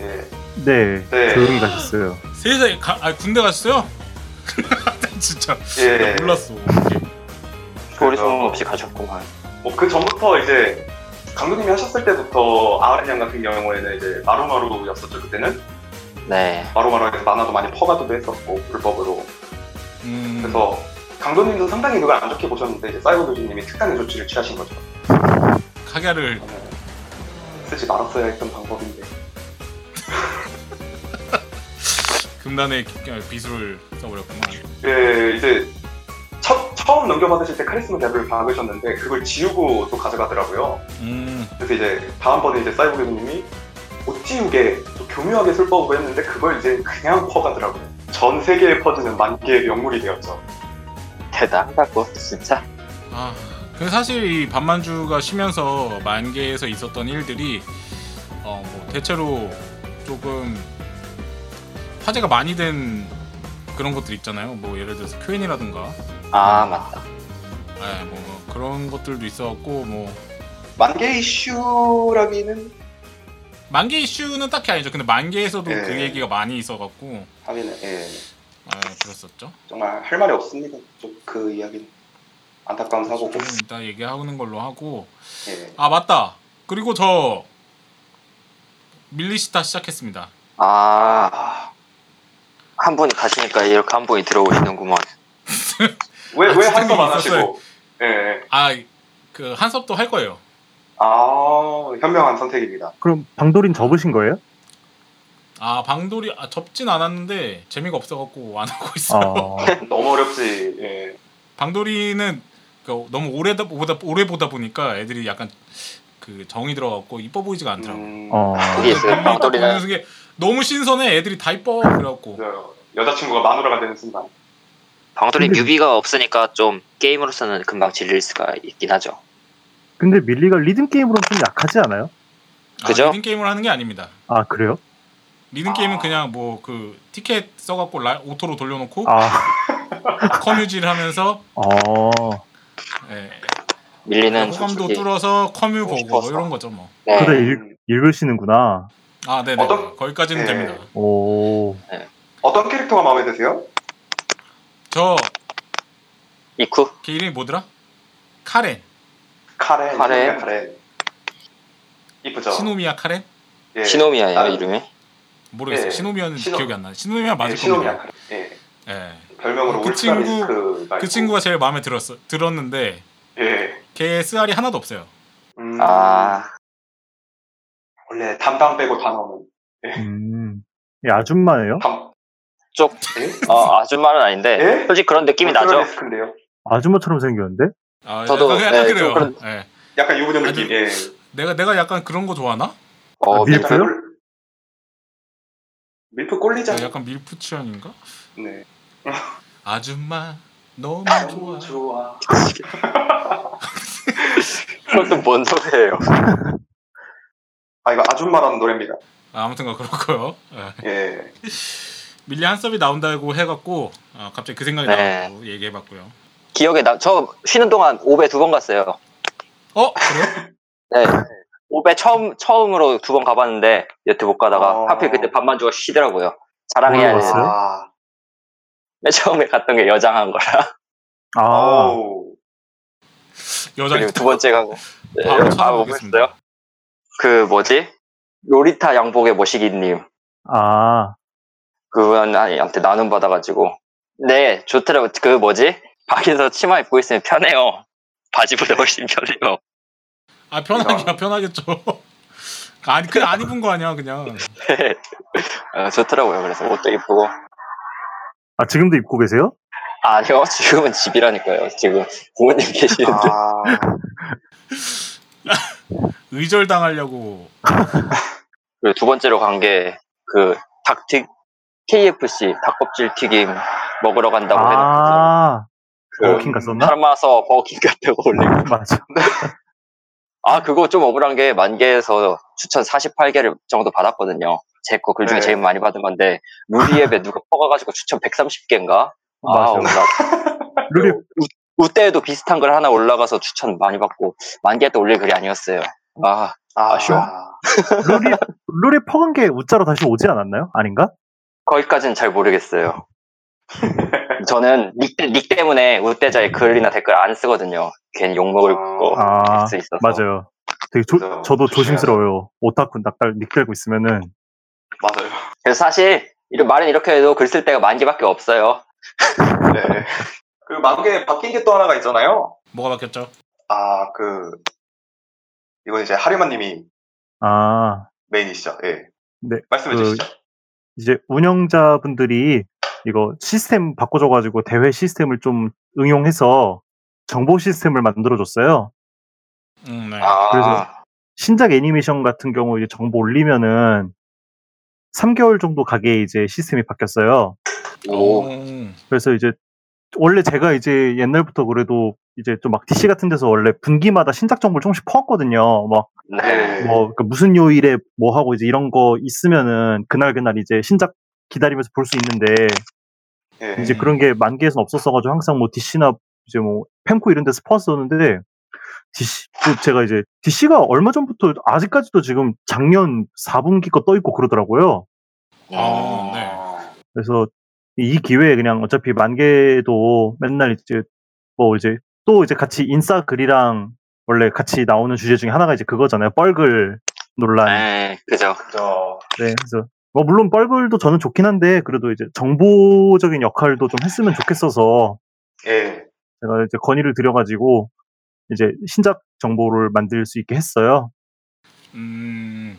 C: 예,
D: 네,
C: 네.
D: 조용히 가셨어요.
A: 세상에 가, 아 군대 가셨어요? 진짜
C: 예.
A: 나 몰랐어. 오케이.
B: 소리 소문 없이 가셨구만
C: 뭐그 전부터 이제 강도님이 하셨을 때부터 아르냥 같은 경우에는 이제 마루마루였었죠 그때는
B: 네
C: 마루마루에서 만화도 많이 퍼가도 했었고 불법으로
A: 음,
C: 그래서 강도님도 상당히 그걸 안 좋게 보셨는데 이제 사이버 교수님이 특단의 조치를 취하신 거죠.
A: 카갸를
C: 쓰지 말았어야 했던 방법인데.
A: 금단의 기- 아, 비수를 써버렸구만.
C: 예, 이제 첫, 처음 넘겨받으실 때 카리스마 랩을 박으셨는데 그걸 지우고 또 가져가더라고요.
A: 음,
C: 그래서 이제 다음번에 이제 사이버 교수님이 못 지우게 또 교묘하게 술법으로 했는데 그걸 이제 그냥 퍼가더라고요. 전 세계에 퍼지는 만개의 명물이 되었죠.
B: 대단하다고 진짜
A: 아 근데 사실 이 반만주가 쉬면서 만개에서 있었던 일들이 어, 뭐 대체로 조금 화제가 많이 된 그런 것들 있잖아요. 뭐 예를 들어서 큐엔이라든가
B: 아 맞다
A: 예, 뭐 그런 것들도 있었고 뭐
C: 만개 이슈라기는
A: 만개 이슈는 딱히 아니죠. 근데 만개에서도
C: 예.
A: 그 얘기가 많이 있어갖고
C: 하기는 예,
A: 아, 그랬었죠.
C: 정말 할 말이 없습니다. 좀그 이야기는 안타까운 사고고.
A: 좀 이따 얘기하는 걸로 하고
C: 예.
A: 아 맞다. 그리고 저 밀리시타 시작했습니다.
B: 아
C: 아,
B: 한 분이 가시니까 이렇게 한 분이 들어오시는구먼.
A: 아,
C: 왜, 왜
A: 진짜
C: 한섭 안
A: 있었어요.
C: 하시고? 예, 예.
A: 아 그 한섭도 할 거예요.
C: 아, 현명한 선택입니다.
D: 그럼 방돌인 접으신 거예요?
A: 아 방돌이 아, 접진 않았는데
D: 아.
A: 재미가 없어갖고 안 하고 있어요.
D: 어,
C: 너무 어렵지. 예.
A: 방돌이는 그러니까 너무 오래다 보다 오래 보다 보니까 애들이 약간 그 정이 들어갖고 이뻐 보이지가 않더라고. 요
C: 음,
D: 어.
B: 그게 있어요.
A: 보는
B: 방돌이는
A: 순간 너무 신선해. 애들이 다 이뻐 그래갖고. 아,
C: 그래요. 여자친구가 마누라가 되는 순간.
B: 방돌이 뮤비가 없으니까 좀 게임으로서는 금방 질릴 수가 있긴 하죠.
D: 근데 밀리가 리듬 게임으로는 좀 약하지 않아요?
B: 그죠?
A: 아, 리듬 게임을 하는 게 아닙니다.
D: 아 그래요?
A: 리듬 게임은 그냥 뭐 그 티켓 써갖고 라, 오토로 돌려놓고
D: 아,
A: 커뮤질 하면서
D: 어.
A: 예,
B: 밀리는
A: 호감도
B: 솔직히-
A: 뚫어서 커뮤
C: 보고
A: 보고 뭐
C: 싶어서.
A: 이런 거죠 뭐.
B: 네.
D: 아, 그래.
C: 음,
D: 읽으시는구나.
A: 아 네네
C: 어떤-
A: 거기까지는
C: 예.
A: 됩니다.
D: 오.
C: 어떤 캐릭터가 마음에 드세요?
A: 저걔
B: 이쿠
A: 이름이 뭐더라? 카렌
C: 카렌.
B: 카렌.
C: 카렌. 이쁘죠.
A: 시노미야 카렌
C: 예.
B: 시노미아예요
C: 아,
B: 이름이.
A: 모르겠어요.
B: 네.
C: 예.
A: 시노미야는
C: 시노-
A: 기억이 안 나. 시노미야 맞을
C: 예, 시노미야
A: 겁니다.
C: 카렌. 예.
A: 예.
C: 별명으로
A: 그
C: 울트라
A: 친구-
C: 리스크가
A: 그
C: 있고.
A: 친구가 제일 마음에 들었어 들었는데
C: 예.
A: 걔 쓰알이 하나도 없어요.
C: 음,
B: 아
C: 원래 담당 빼고 다 나오는.
D: 음. 이 아줌마예요?
C: 담.
B: 쪽.
C: 예?
B: 어, 아줌마는 아닌데
C: 예?
B: 솔직히 그런 느낌이
C: 울트라
B: 나죠.
C: 리스크인데요.
D: 아줌마처럼 생겼는데?
A: 아,
B: 저도,
A: 약간, 약간
B: 예,
A: 그래요.
B: 좀
A: 예.
C: 약간 유부녀 느낌.
A: 아주- 네.
C: 예.
A: 내가 내가 약간 그런 거 좋아하나?
B: 어,
D: 밀- 밀프요?
C: 꿀- 밀프 꼴리자.
A: 내가 네, 약간 밀프 취향인가?
C: 네.
A: 아줌마 너무
C: 너무
A: 좋아.
C: 좋아.
B: 그것도 뭔 소리예요?
C: 아 이거 아줌마라는 노래입니다.
A: 아, 아무튼가 그렇고요. 예.
C: 예.
A: 밀리 한섭이 나온다고 해갖고 아, 갑자기 그 생각이
B: 네.
A: 나고 얘기해봤고요.
B: 기억에 나. 저 쉬는 동안 5배 두 번 갔어요.
A: 어 그래요?
B: 네. 5배 처음 처음으로 두 번 가봤는데 여태 못 가다가
C: 어.
B: 하필 그때 밤만 주고 쉬더라고요.
D: 어,
B: 자랑해야 돼.
D: 맞아요?
C: 아.
B: 맨 처음에 갔던 게 여장한 거라.
D: 아.
C: 어우.
A: 여자
B: 그리고 두 번째 가고. 네,
A: 바로
B: 아, 뭐 했어요?
A: 찾아보겠습니다.
B: 그 뭐지? 로리타 양복의 모시기님
D: 아.
B: 그건 아니한테 나눔 받아가지고 네 좋더라고 그 뭐지? 밖에서 치마 입고 있으면 편해요. 바지보다 훨씬 편해요.
A: 아 편하게 편하겠죠. 아니 그안 입은 거 아니야 그냥.
B: 어, 좋더라고요. 그래서 옷도 이쁘고
D: 아, 지금도 입고 계세요?
B: 아니요 지금은 집이라니까요. 지금 부모님 계시는데
C: 아.
A: 의절 당하려고
B: 그리고 두 번째로 간 게 그 닭튀 KFC 닭껍질 튀김 먹으러 간다고 해놓고
D: 아.
B: 그
D: 버킹 갔었나?
B: 삶아서 버킹 같다고 올리고
D: 맞아.
B: 아, 그거 좀 억울한 게 만개에서 추천 48개를 정도 받았거든요. 제 거 글 중에
C: 네.
B: 제일 많이 받은 건데, 루리앱에 누가 퍼가가지고 추천 130개인가? 아,
D: 맞아.
B: 억울하다.
D: 룰이
B: 우때에도 비슷한 글 하나 올라가서 추천 많이 받고, 만개에 또 올릴 글이 아니었어요. 아,
C: 아.
B: 아쉬워.
D: 룰이 룰이 퍼간 게 우자로 다시 오지 않았나요? 아닌가?
B: 거기까지는 잘 모르겠어요. 저는 닉, 때- 닉 때문에 우때자의 글이나 댓글 안 쓰거든요. 괜히 욕먹을 거.
D: 아,
B: 수 있어서.
D: 맞아요. 되게 조-
C: 그래서
D: 저도
C: 조심해야
D: 조심스러워요. 오타쿠 낙달 닉달고 있으면은
C: 맞아요.
B: 그래서 사실, 이런 말은 이렇게 해도 글 쓸 때가 만개밖에 없어요.
C: 네. 그 만개 바뀐 게 또 하나가 있잖아요.
A: 뭐가 바뀌었죠?
C: 아, 그, 이건 이제 하리만님이
D: 아
C: 메인이시죠. 예.
D: 네,
C: 말씀해
D: 그-
C: 주시죠.
D: 이제 운영자분들이 이거 시스템 바꿔줘가지고 대회 시스템을 좀 응용해서 정보 시스템을 만들어줬어요.
A: 음, 네.
B: 아,
D: 그래서 신작 애니메이션 같은 경우 이제 정보 올리면은 3개월 정도 가게 이제 시스템이 바뀌었어요.
B: 오.
A: 음,
D: 그래서 이제 원래 제가 이제 옛날부터 그래도 이제 좀 막 DC 같은 데서 원래 분기마다 신작 정보를 조금씩 퍼왔거든요. 막
C: 아,
B: 네.
C: 예.
D: 뭐, 그 무슨 요일에 뭐 하고 이제 이런 거 있으면은 그날 그날 이제 신작 기다리면서 볼 수 있는데
C: 예.
D: 이제 그런 게 만기에선 없었어가지고 항상 뭐 DC나 이제 뭐 펜코 이런 데서 퍼왔었는데 DC 그 제가 이제 DC가 얼마 전부터 아직까지도 지금 작년 4분기 거 떠 있고 그러더라고요.
A: 아, 네.
C: 아,
D: 그래서 이 기회에 그냥 어차피 만개도 맨날 이제 뭐 이제 또 이제 같이 인싸 글이랑 원래 같이 나오는 주제 중에 하나가 이제 그거잖아요. 뻘글 논란.
B: 네, 그죠.
C: 저,
D: 네, 그래서 뭐 물론 뻘글도 저는 좋긴 한데 그래도 이제 정보적인 역할도 좀 했으면 좋겠어서
C: 예.
D: 제가 이제 건의를 드려가지고 이제 신작 정보를 만들 수 있게 했어요.
A: 음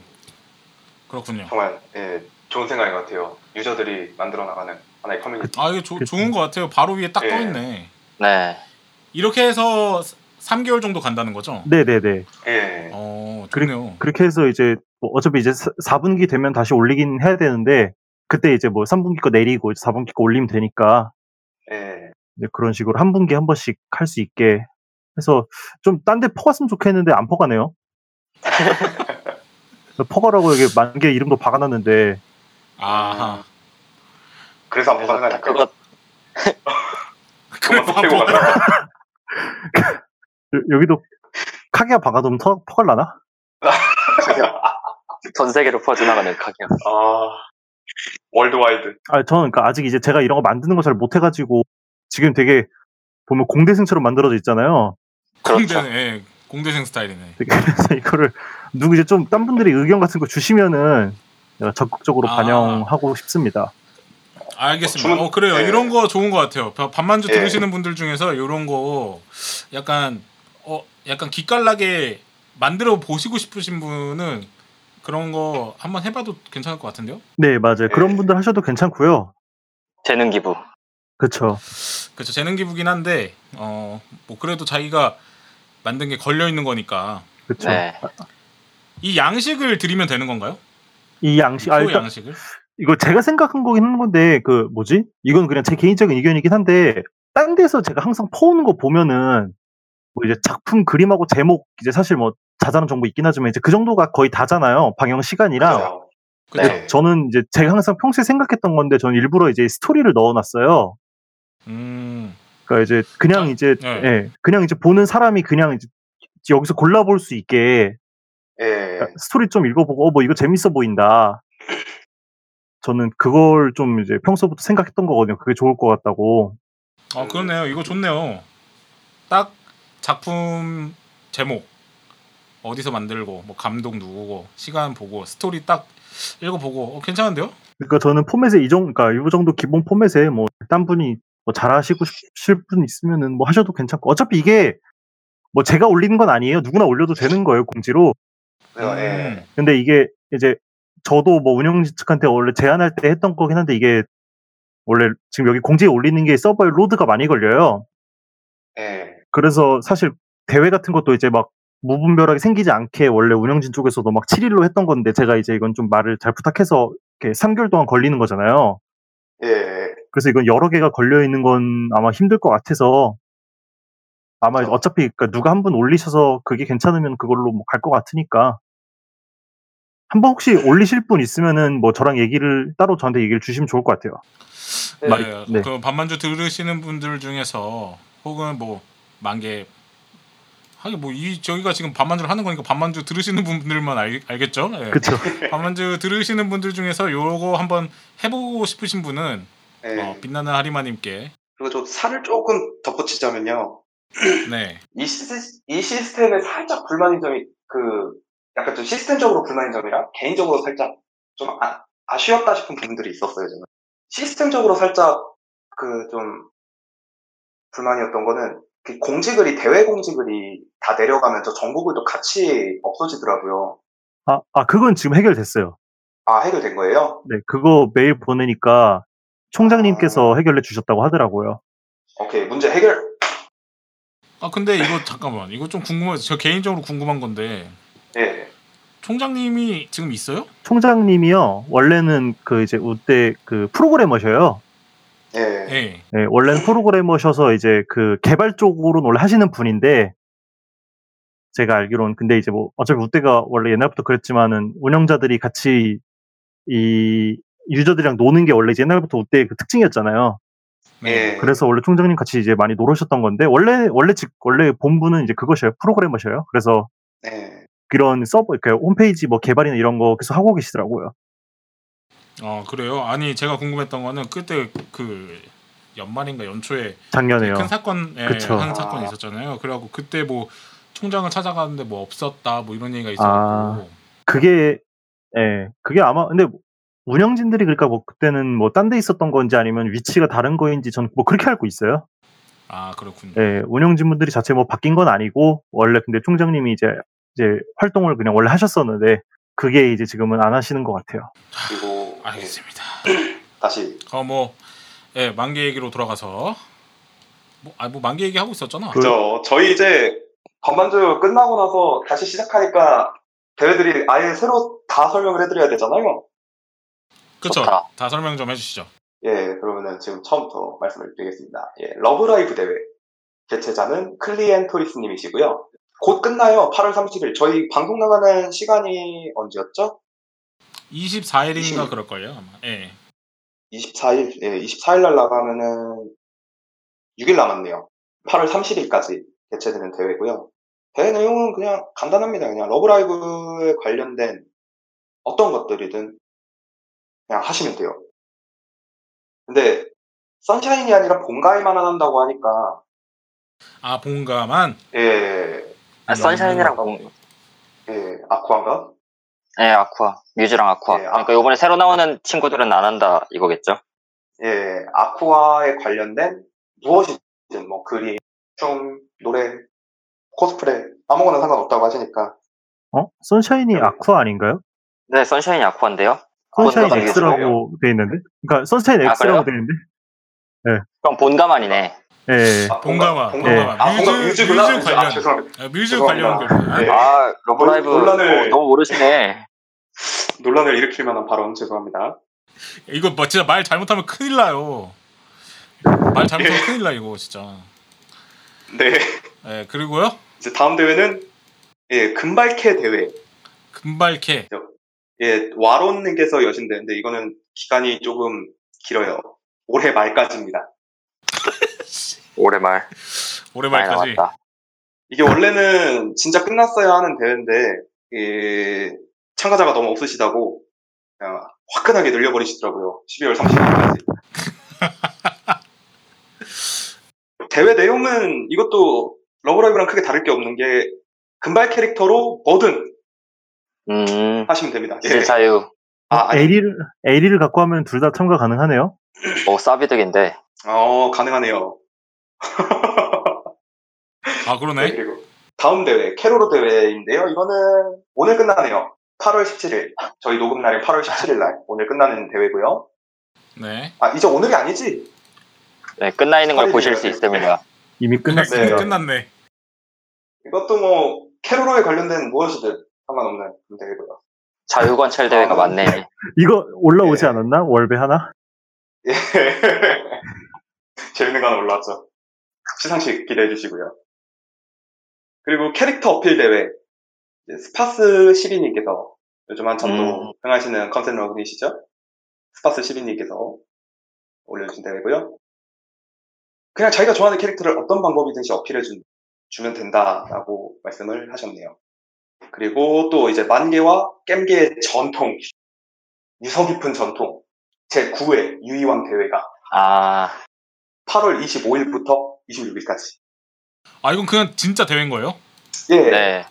A: 그렇군요.
C: 정말, 예. 좋은 생각인 것 같아요. 유저들이 만들어 나가는 하나의 커뮤니티.
A: 아 이게 조-
D: 그치.
A: 좋은 것 같아요. 바로 위에 딱
C: 예.
A: 떠 있네.
B: 네.
A: 이렇게 해서 3개월 정도 간다는 거죠?
D: 네네네.
C: 예.
A: 어, 좋네요.
D: 그렇게 해서 이제 뭐 어차피 이제 4분기 되면 다시 올리긴 해야 되는데 그때 이제 뭐 3분기 거 내리고 4분기 거 올리면 되니까
C: 예.
D: 이제 그런 식으로 한 분기 한 번씩 할 수 있게 해서 좀 딴 데 퍼갔으면 좋겠는데 안 퍼가네요. 퍼가라고 여기 만개 이름도 박아놨는데
A: 아하.
C: 그래서 한번 가능하다.
B: 그래서 그거
A: 그래서
C: 한번
A: 한번
C: 가다.
D: 여, 기도 카게야 박아놓으면 터- 퍼갈라나?
B: 전 세계로 퍼져나가는 가격.
C: 아. 월드와이드.
D: 아 저는 그러니까 아직 이제 제가 이런 거 만드는 거 잘 못해가지고 지금 되게 보면 공대생처럼 만들어져 있잖아요.
C: 그렇죠.
A: 공대생, 예, 공대생 스타일이네.
D: 되게 그래서 이거를 누구 이제 좀 딴 분들이 의견 같은 거 주시면은 내가 적극적으로
A: 아.
D: 반영하고 싶습니다.
A: 알겠습니다.
C: 어, 저는-
A: 어, 그래요.
C: 예.
A: 이런 거 좋은 것 같아요. 바- 반만주
C: 예.
A: 들으시는 분들 중에서 이런 거 약간 어 약간 기깔나게 만들어 보시고 싶으신 분은 그런 거 한번 해봐도 괜찮을 것 같은데요?
D: 네
C: 네.
D: 맞아요. 그런 분들 하셔도 괜찮고요.
B: 재능 기부.
D: 그렇죠.
A: 그렇죠. 재능 기부긴 한데 어 뭐 그래도 자기가 만든 게 걸려 있는 거니까
D: 그렇죠.
B: 네.
A: 이 양식을 드리면 되는 건가요?
D: 이 양식 아
A: 표
D: 일단
A: 뭐 양식을?
D: 이거 제가 생각한 거긴 한 건데 그 뭐지? 이건 그냥 제 개인적인 의견이긴 한데 딴 데서 제가 항상 퍼오는 거 보면은 뭐 이제 작품 그림하고 제목 이제 사실 뭐 자잘한 정보 있긴 하지만 이제 그 정도가 거의 다잖아요. 방영 시간이랑
C: 그죠?
A: 그렇죠.
C: 네.
D: 저는 이제 제가 항상 평소에 생각했던 건데 저는 일부러 이제 스토리를 넣어놨어요.
A: 음.
D: 그러니까 이제 그냥 이제
A: 네.
D: 예, 그냥 이제 보는 사람이 그냥 이제 여기서 골라볼 수 있게
C: 예.
D: 그러니까 스토리 좀 읽어보고 어, 뭐 이거 재밌어 보인다. 저는 그걸 좀 이제 평소부터 생각했던 거거든요. 그게 좋을 것 같다고.
A: 아 그러네요. 이거 좋네요. 딱 작품 제목 어디서 만들고 뭐 감독 누구고 시간 보고 스토리 딱 읽어보고 어, 괜찮은데요?
D: 그러니까 저는 포맷에 이 정도, 그러니까 이 정도 기본 포맷에 뭐 딴 분이 뭐 잘하시고 싶실 분 있으면은 뭐 하셔도 괜찮고 어차피 이게 뭐 제가 올리는 건 아니에요. 누구나 올려도 되는 거예요. 공지로.
C: 그래서, 예.
A: 음.
D: 근데 이게 이제 저도 뭐 운영진 측한테 원래 제안할 때 했던 거긴 한데 이게 원래 지금 여기 공지에 올리는 게 서버에 로드가 많이 걸려요.
C: 예.
D: 그래서 사실 대회 같은 것도 이제 막 무분별하게 생기지 않게 원래 운영진 쪽에서도 막 7일로 했던 건데 제가 이제 이건 좀 말을 잘 부탁해서 이렇게 3개월 동안 걸리는 거잖아요.
C: 예.
D: 그래서 이건 여러 개가 걸려 있는 건 아마 힘들 것 같아서 아마
C: 그렇죠.
D: 어차피 그러니까 누가 한 분 올리셔서 그게 괜찮으면 그걸로 뭐 갈 것 같으니까 한 번 혹시 올리실 분 있으면은 뭐 저랑 얘기를 따로 저한테 얘기를 주시면 좋을 것 같아요.
A: 네,
D: 말이- 네.
A: 그 반만주 들으시는 분들 중에서 혹은 뭐 만개 하긴 뭐이 저희가 지금 반만주를 하는 거니까 반만주 들으시는 분들만 알, 알겠죠? 예.
D: 그렇죠.
A: 반만주 들으시는 분들 중에서 요거 한번 해보고 싶으신 분은
C: 예.
A: 어, 빛나는 하리마님께
C: 그리고 저 살을 조금 덧붙이자면요.
A: 네
C: 이, 시스, 이 시스템에 살짝 불만인 점이 그 약간 좀 시스템적으로 불만인 점이랑 개인적으로 살짝 좀 아, 아쉬웠다 싶은 부분들이 있었어요 저는 시스템적으로 살짝 그 좀 불만이었던 거는 그 공지글이 대외 공지글이 다 내려가면서 전국글도 같이 없어지더라고요
D: 아, 아 그건 지금 해결됐어요.
C: 아 해결된 거예요?
D: 네, 그거 메일 보내니까 총장님께서 해결해 주셨다고 하더라고요.
C: 오케이 문제 해결
A: 아 근데 이거 잠깐만 이거 좀 궁금해서 저 개인적으로 궁금한 건데
C: 예
A: 총장님이 지금 있어요?
D: 총장님이요 원래는 그 이제 우때 그 프로그래머셔요.
C: 예.
A: 네.
D: 예, 원래는 프로그래머셔서 이제 그 개발 쪽으로는 원래 하시는 분인데 제가 알기로는 근데 이제 뭐 어차피 우때가 원래 옛날부터 그랬지만은 운영자들이 같이 이 유저들이랑 노는 게 원래 이제 옛날부터 우때의 그 특징이었잖아요.
A: 네.
C: 예.
D: 그래서 원래 총장님 같이 이제 많이 놀으셨던 건데 원래 원래 직 원래 본부는 이제 그것이에요 프로그래머셔요. 그래서
C: 예.
D: 이런 서버 그 홈페이지 뭐 개발이나 이런 거 계속 하고 계시더라고요.
A: 아 그래요? 아니 제가 궁금했던 거는 그때 그 연말인가 연초에
D: 작년에요.
B: 그러니까
A: 큰 사건, 예,
D: 그쵸.
A: 한 사건 이
C: 아.
A: 있었잖아요. 그래갖고 그때 뭐 총장을 찾아가는데 뭐 없었다 뭐 이런 얘기가 있었고
D: 그게 예 그게 아마 근데 운영진들이 그러니까 뭐 그때는 뭐 딴 데 있었던 건지 아니면 위치가 다른 거인지 전 뭐 그렇게 알고 있어요.
A: 아, 그렇군요.
D: 예 운영진분들이 자체 뭐 바뀐 건 아니고 원래 근데 총장님이 이제 이제 활동을 그냥 원래 하셨었는데 그게 이제 지금은 안 하시는 것 같아요.
C: 그리고
A: 알겠습니다.
C: 예, 다시
A: 어 뭐 예, 만개 얘기로 돌아가서 뭐, 아니 뭐 만개 얘기 하고 있었잖아.
C: 그죠. 저희 이제 건반주 끝나고 나서 다시 시작하니까 대회들이 아예 새로 다 설명을 해드려야 되잖아요.
A: 그쵸?
B: 좋다.
A: 다 설명 좀 해주시죠.
C: 예, 그러면은 지금 처음부터 말씀을 드리겠습니다. 예, 러브라이브 대회. 개최자는 클리엔토리스님이시고요. 곧 끝나요. 8월 30일. 저희 방송 나가는 시간이 언제였죠?
A: 24일인가
C: 이십일.
A: 그럴 거예요. 아마. 예.
C: 24일, 예, 24일 날 나가면은 6일 남았네요. 8월 30일까지 개최되는 대회고요. 대회 내용은 그냥 간단합니다. 그냥 러브라이브에 관련된 어떤 것들이든 그냥 하시면 돼요. 근데 선샤인이 아니라 본가에만 한다고 하니까
A: 아 본가만
C: 예,
B: 아, 선샤인이랑 방-
C: 예, 아쿠아인가?
B: 예, 아쿠아. 뮤즈랑 아쿠아.
C: 예, 아-
B: 그러니까 요번에 새로 나오는 친구들은 안 한다 이거겠죠?
C: 예, 아쿠아에 관련된 무엇이든 뭐 그림, 춤, 노래, 코스프레 아무거나 상관없다고 하시니까
D: 어? 선샤인이 아쿠아 아닌가요?
B: 네, 선샤인이 아쿠아인데요.
D: 선샤인
C: 아, 맞다.
D: X라고 돼 있는데? 그러니까 선샤인
B: 아, 그래요?
D: X라고 돼 있는데?
B: 그럼 본가만이네.
D: 예, 예.
C: 아,
A: 본가만,
C: 본가만.
A: 본가만.
C: 아, 본가
A: 뮤즈,
C: 뮤즈구나.
A: 뮤즈
C: 아,
A: 관련.
C: 죄송합니다.
A: 아, 뮤즈
C: 죄송합니다.
A: 관련 거.
C: 예.
B: 아, 러브라이브
C: 논란을-
B: 어, 너무 모르시네.
C: 논란을 일으킬 만한 발언 죄송합니다.
A: 이거 뭐 진짜 말 잘못하면 큰일 나요. 말 잘못하면 큰일 나 이거 진짜.
C: 네.
A: 예 그리고요
C: 이제 다음 대회는 예, 금발캐 대회.
A: 금발캐
C: 예, 와론님께서 여신대인데 이거는 기간이 조금 길어요. 올해 말까지입니다.
B: 올해 말.
A: 올해
B: 많이
A: 그 말까지
B: 나왔다.
C: 이게 원래는 진짜 끝났어야 하는 대회인데 예, 참가자가 너무 없으시다고 그냥 화끈하게 늘려버리시더라고요. 12월 30일까지. 대회 내용은 이것도 러브라이브랑 크게 다를 게 없는 게 금발 캐릭터로 뭐든
B: 음,
C: 하시면 됩니다. 예.
B: 실사유.
C: 아, 아니.
D: AD를, AD를 갖고 하면 둘 다 참가 가능하네요.
B: 오, 싸비득인데.
C: 어, 가능하네요.
A: 아
C: 네,
A: 그러네
C: 그리고 다음 대회 캐로로 대회인데요. 이거는 오늘 끝나네요. 8월 17일 저희 녹음 날이 8월 17일 날 오늘 끝나는 대회고요.
A: 네
C: 아 이제 오늘이 아니지?
B: 네, 끝나 있는 걸
C: 빨리
B: 보실
C: 돼야
B: 수
C: 돼요.
B: 있습니다.
D: 이미 끝났어요.
C: 네.
A: 끝났네
C: 이것도 뭐 캐로로에 관련된 무엇이든 상관없는 대회고요.
B: 자유관찰
C: 아.
B: 대회가 많네.
D: 이거 올라오지
C: 예.
D: 않았나? 월배 하나?
C: 재밌는 거 하나 올라왔죠. 시상식 기대해 주시고요. 그리고 캐릭터 어필 대회 이제 스파스 12님께서 요즘 한참 또
B: 음.
C: 흥하시는 컨셉 러그이시죠? 스파스 12님께서 올려주신 대회고요. 그냥 자기가 좋아하는 캐릭터를 어떤 방법이든지 어필해 주, 주면 된다라고 말씀을 하셨네요. 그리고 또 이제 만개와 겜계의 전통, 유서 깊은 전통, 제9회 유이왕 대회가
B: 아,
C: 8월 25일부터 26일까지.
A: 아 이건 그냥 진짜 대회인 거예요
C: 예,
B: 네.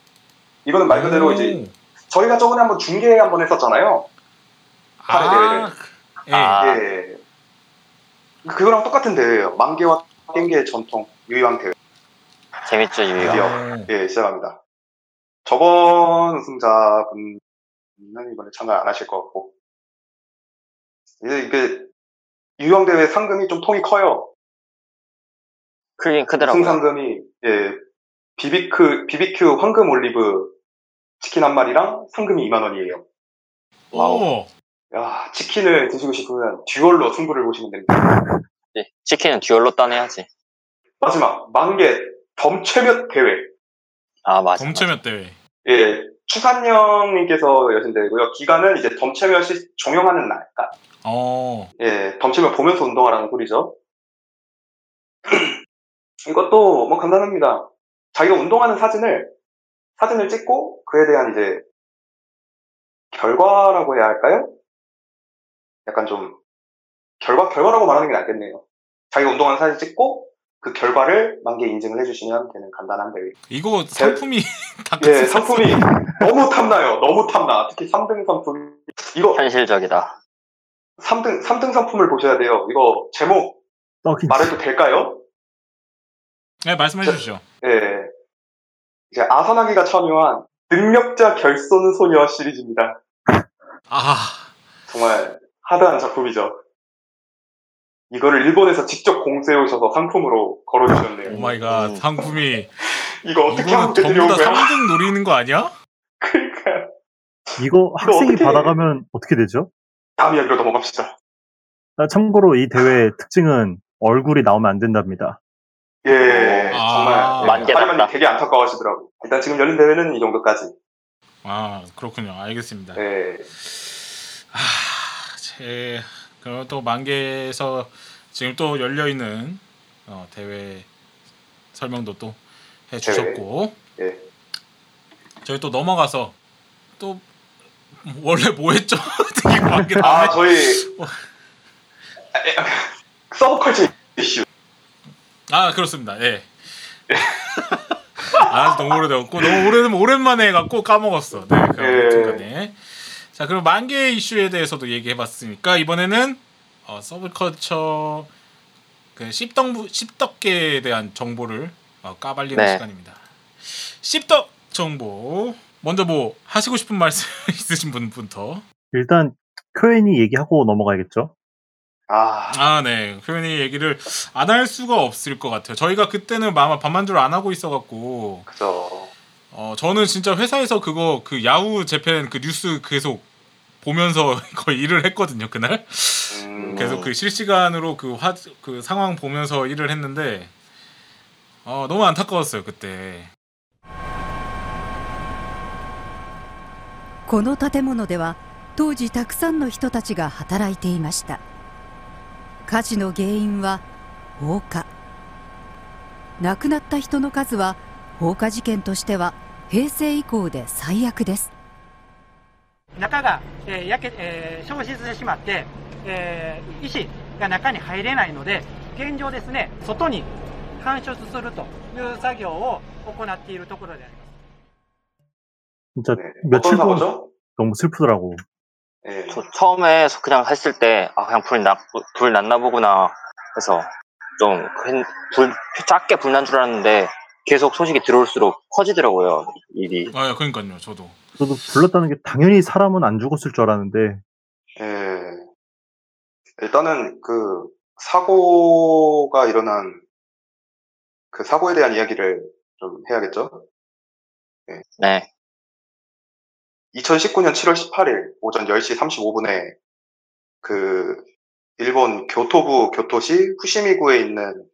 C: 이거는 말 그대로
A: 오.
C: 이제 저희가 저번에 한번 중계 한번 했었잖아요. 팔의
A: 아, 예.
B: 아.
C: 예. 그거랑 똑같은 대회예요. 만개와 땡개의 전통 유이왕 대회.
B: 재밌죠, 유이가.
C: 드디어. 예, 시작합니다. 저번 우승자분은 이번에 참가 안 하실 것 같고. 이제 이게 유형 대회 상금이 좀 통이 커요.
B: 크긴
C: 우승
B: 크더라고요.
C: 상금이 예 비비큐 BBQ 황금 올리브 치킨 한 마리랑 상금이 2만 원이에요.
A: 오
C: 야 치킨을 드시고 싶으면 듀얼로 승부를 보시면 됩니다.
B: 예, 치킨은 듀얼로 따내야지.
C: 마지막 만개 범최면 대회.
B: 아, 맞아.
A: 범체면 대회
C: 예, 추산영님께서 여신되고요. 기간은 이제 덤체면 시, 종영하는 날. 그러니까,
A: 어
C: 예, 덤체면 보면서 운동하라는 소리죠. 이것도 뭐 간단합니다. 자기가 운동하는 사진을, 사진을 찍고 그에 대한 이제 결과라고 해야 할까요? 약간 좀, 결과, 결과라고 말하는 게 낫겠네요. 자기가 운동하는 사진 찍고 그 결과를 만개 인증을 해주시면 되는 간단한 대회.
A: 이거 상품이 다
C: 예, 상품이 너무 탐나요. 너무 탐나. 특히 3등 상품. 이거
B: 현실적이다.
C: 3등, 3등 상품을 보셔야 돼요. 이거 제목
D: 떡인
C: 말해도 될까요?
A: 네 말씀해 주시죠
C: 예. 이제 아사나기가 참여한 능력자 결손 소녀 시리즈입니다.
A: 아
C: 정말 하드한 작품이죠. 이거를 일본에서 직접 공세우셔서 상품으로 걸어주셨네요.
A: 오 마이 갓 상품이
C: 이거 음. 어떻게
A: 이거는 전부
C: 한국에 들여온
A: 다
C: 거야?
A: 3등 노리는 거 아니야?
C: 그러니까
D: 이거 학생이
C: 어떻게 해?
D: 받아가면 어떻게 되죠?
C: 다음 이야기로 넘어갑시다.
D: 나 참고로 이 대회의 특징은 얼굴이 나오면 안 된답니다.
C: 예,
A: 아.
C: 정말
B: 만개
C: 하리만
B: 났다.
C: 님 되게 안타까워하시더라고. 일단 지금 열린 대회는 이 정도까지.
A: 아 그렇군요. 알겠습니다.
C: 예,
A: 아, 제 그럼 또 만개에서 지금 또 열려 있는 어, 대회 설명도 또 해주셨고
C: 예.
A: 저희 또 넘어가서 또 원래 뭐 했죠? 되게 만개 나네.
C: 아 저희
A: 와.
C: 서브컬처 이슈.
A: 아 그렇습니다. 예. 아 너무 오래되었고 너무 오래는 오랜만에 해갖고 까먹었어. 네, 그
C: 예.
A: 아무튼간에 자 그럼 만개 이슈에 대해서도 얘기해봤으니까 이번에는 어, 서브컬처 그 씹덕 씹덕계에 대한 정보를 어, 까발리는
B: 네.
A: 시간입니다. 씹덕 정보 먼저 뭐 하시고 싶은 말씀 있으신 분부터
D: 일단 쿄엔이 얘기하고 넘어가야겠죠.
C: 아
A: 아네 표현이 얘기를 안 할 수가 없을 것 같아요. 저희가 그때는 뭐 아마 반만주를 안 하고 있어갖고
C: 그죠.
A: 어 저는 진짜 회사에서 그거 그 야후 재팬 그 뉴스 계속 보면서 거의 일을 했거든요 그날
C: 음,
A: 계속 그 실시간으로 그 화 그 상황 보면서 일을 했는데 어 너무 안타까웠어요 그때
F: この建物では当時たくさんの人たちが働いていました火事の原因は放火亡くなった人の数は放火事件としては平成以降で最悪です
G: 中が、えー焼けえー消失してしまって、えー石が中に入れないので、現状ですね、外に搬出するという作業を行っているところであります。
D: 진짜
C: 네.
D: 며칠
C: 어떤
D: 동안
C: 사고죠?
D: 너무 슬프더라고.
C: 예.
B: 저 처음에 그냥 했을 때 아 그냥 불, 나, 불 났나 보구나 해서 좀 큰- 불, 작게 불 난 줄 알았는데 계속 소식이 들어올수록 커지더라고요 일이
A: 아 그러니까요 저도
D: 저도 불렀다는 게 당연히 사람은 안 죽었을 줄 알았는데
C: 예. 일단은 그 사고가 일어난 그 사고에 대한 이야기를 좀 해야겠죠.
B: 네
C: 2019년 7월 18일 오전 10시 35분에 그 일본 교토부 교토시 후시미구에 있는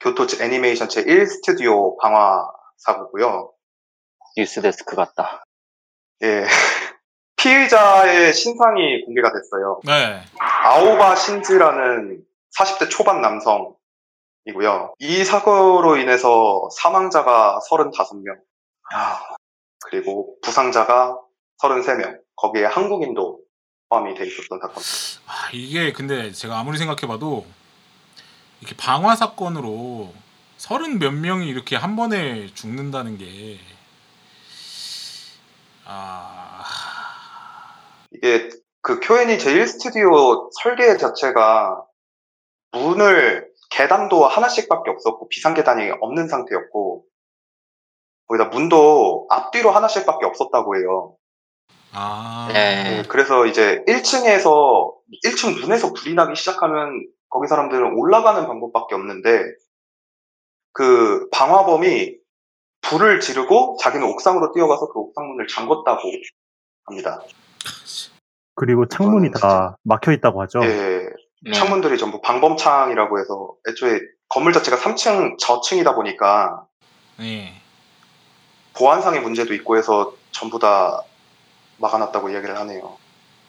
C: 교토 애니메이션 제1 스튜디오 방화 사고고요.
B: 뉴스 데스크 같다
C: 예. 피의자의 신상이 공개가 됐어요.
A: 네
C: 아오바 신지라는 40대 초반 남성이고요. 이 사고로 인해서 사망자가 35명, 그리고 부상자가 33명, 거기에 한국인도 포함이 돼 있었던 사건.
A: 아, 이게 근데 제가 아무리 생각해봐도 이렇게 방화 사건으로 서른 몇 명이 이렇게 한 번에 죽는다는 게 아.
C: 이게 그 쿄엔이 제1 스튜디오 설계 자체가 문을 계단도 하나씩밖에 없었고 비상계단이 없는 상태였고 거기다 문도 앞뒤로 하나씩밖에 없었다고 해요.
A: 아.
B: 네
C: 네, 그래서 이제 1층에서 1층 문에서 불이 나기 시작하면 거기 사람들은 올라가는 방법밖에 없는데 그 방화범이 불을 지르고 자기는 옥상으로 뛰어가서 그 옥상 문을 잠궜다고 합니다.
D: 그리고 창문이
C: 저는
D: 다 막혀 있다고 하죠.
C: 아, 예,
B: 네.
C: 창문들이 전부 방범창이라고 해서 애초에 건물 자체가 3층 저층이다 보니까
A: 네.
C: 보안상의 문제도 있고 해서 전부 다 막아놨다고 이야기를 하네요.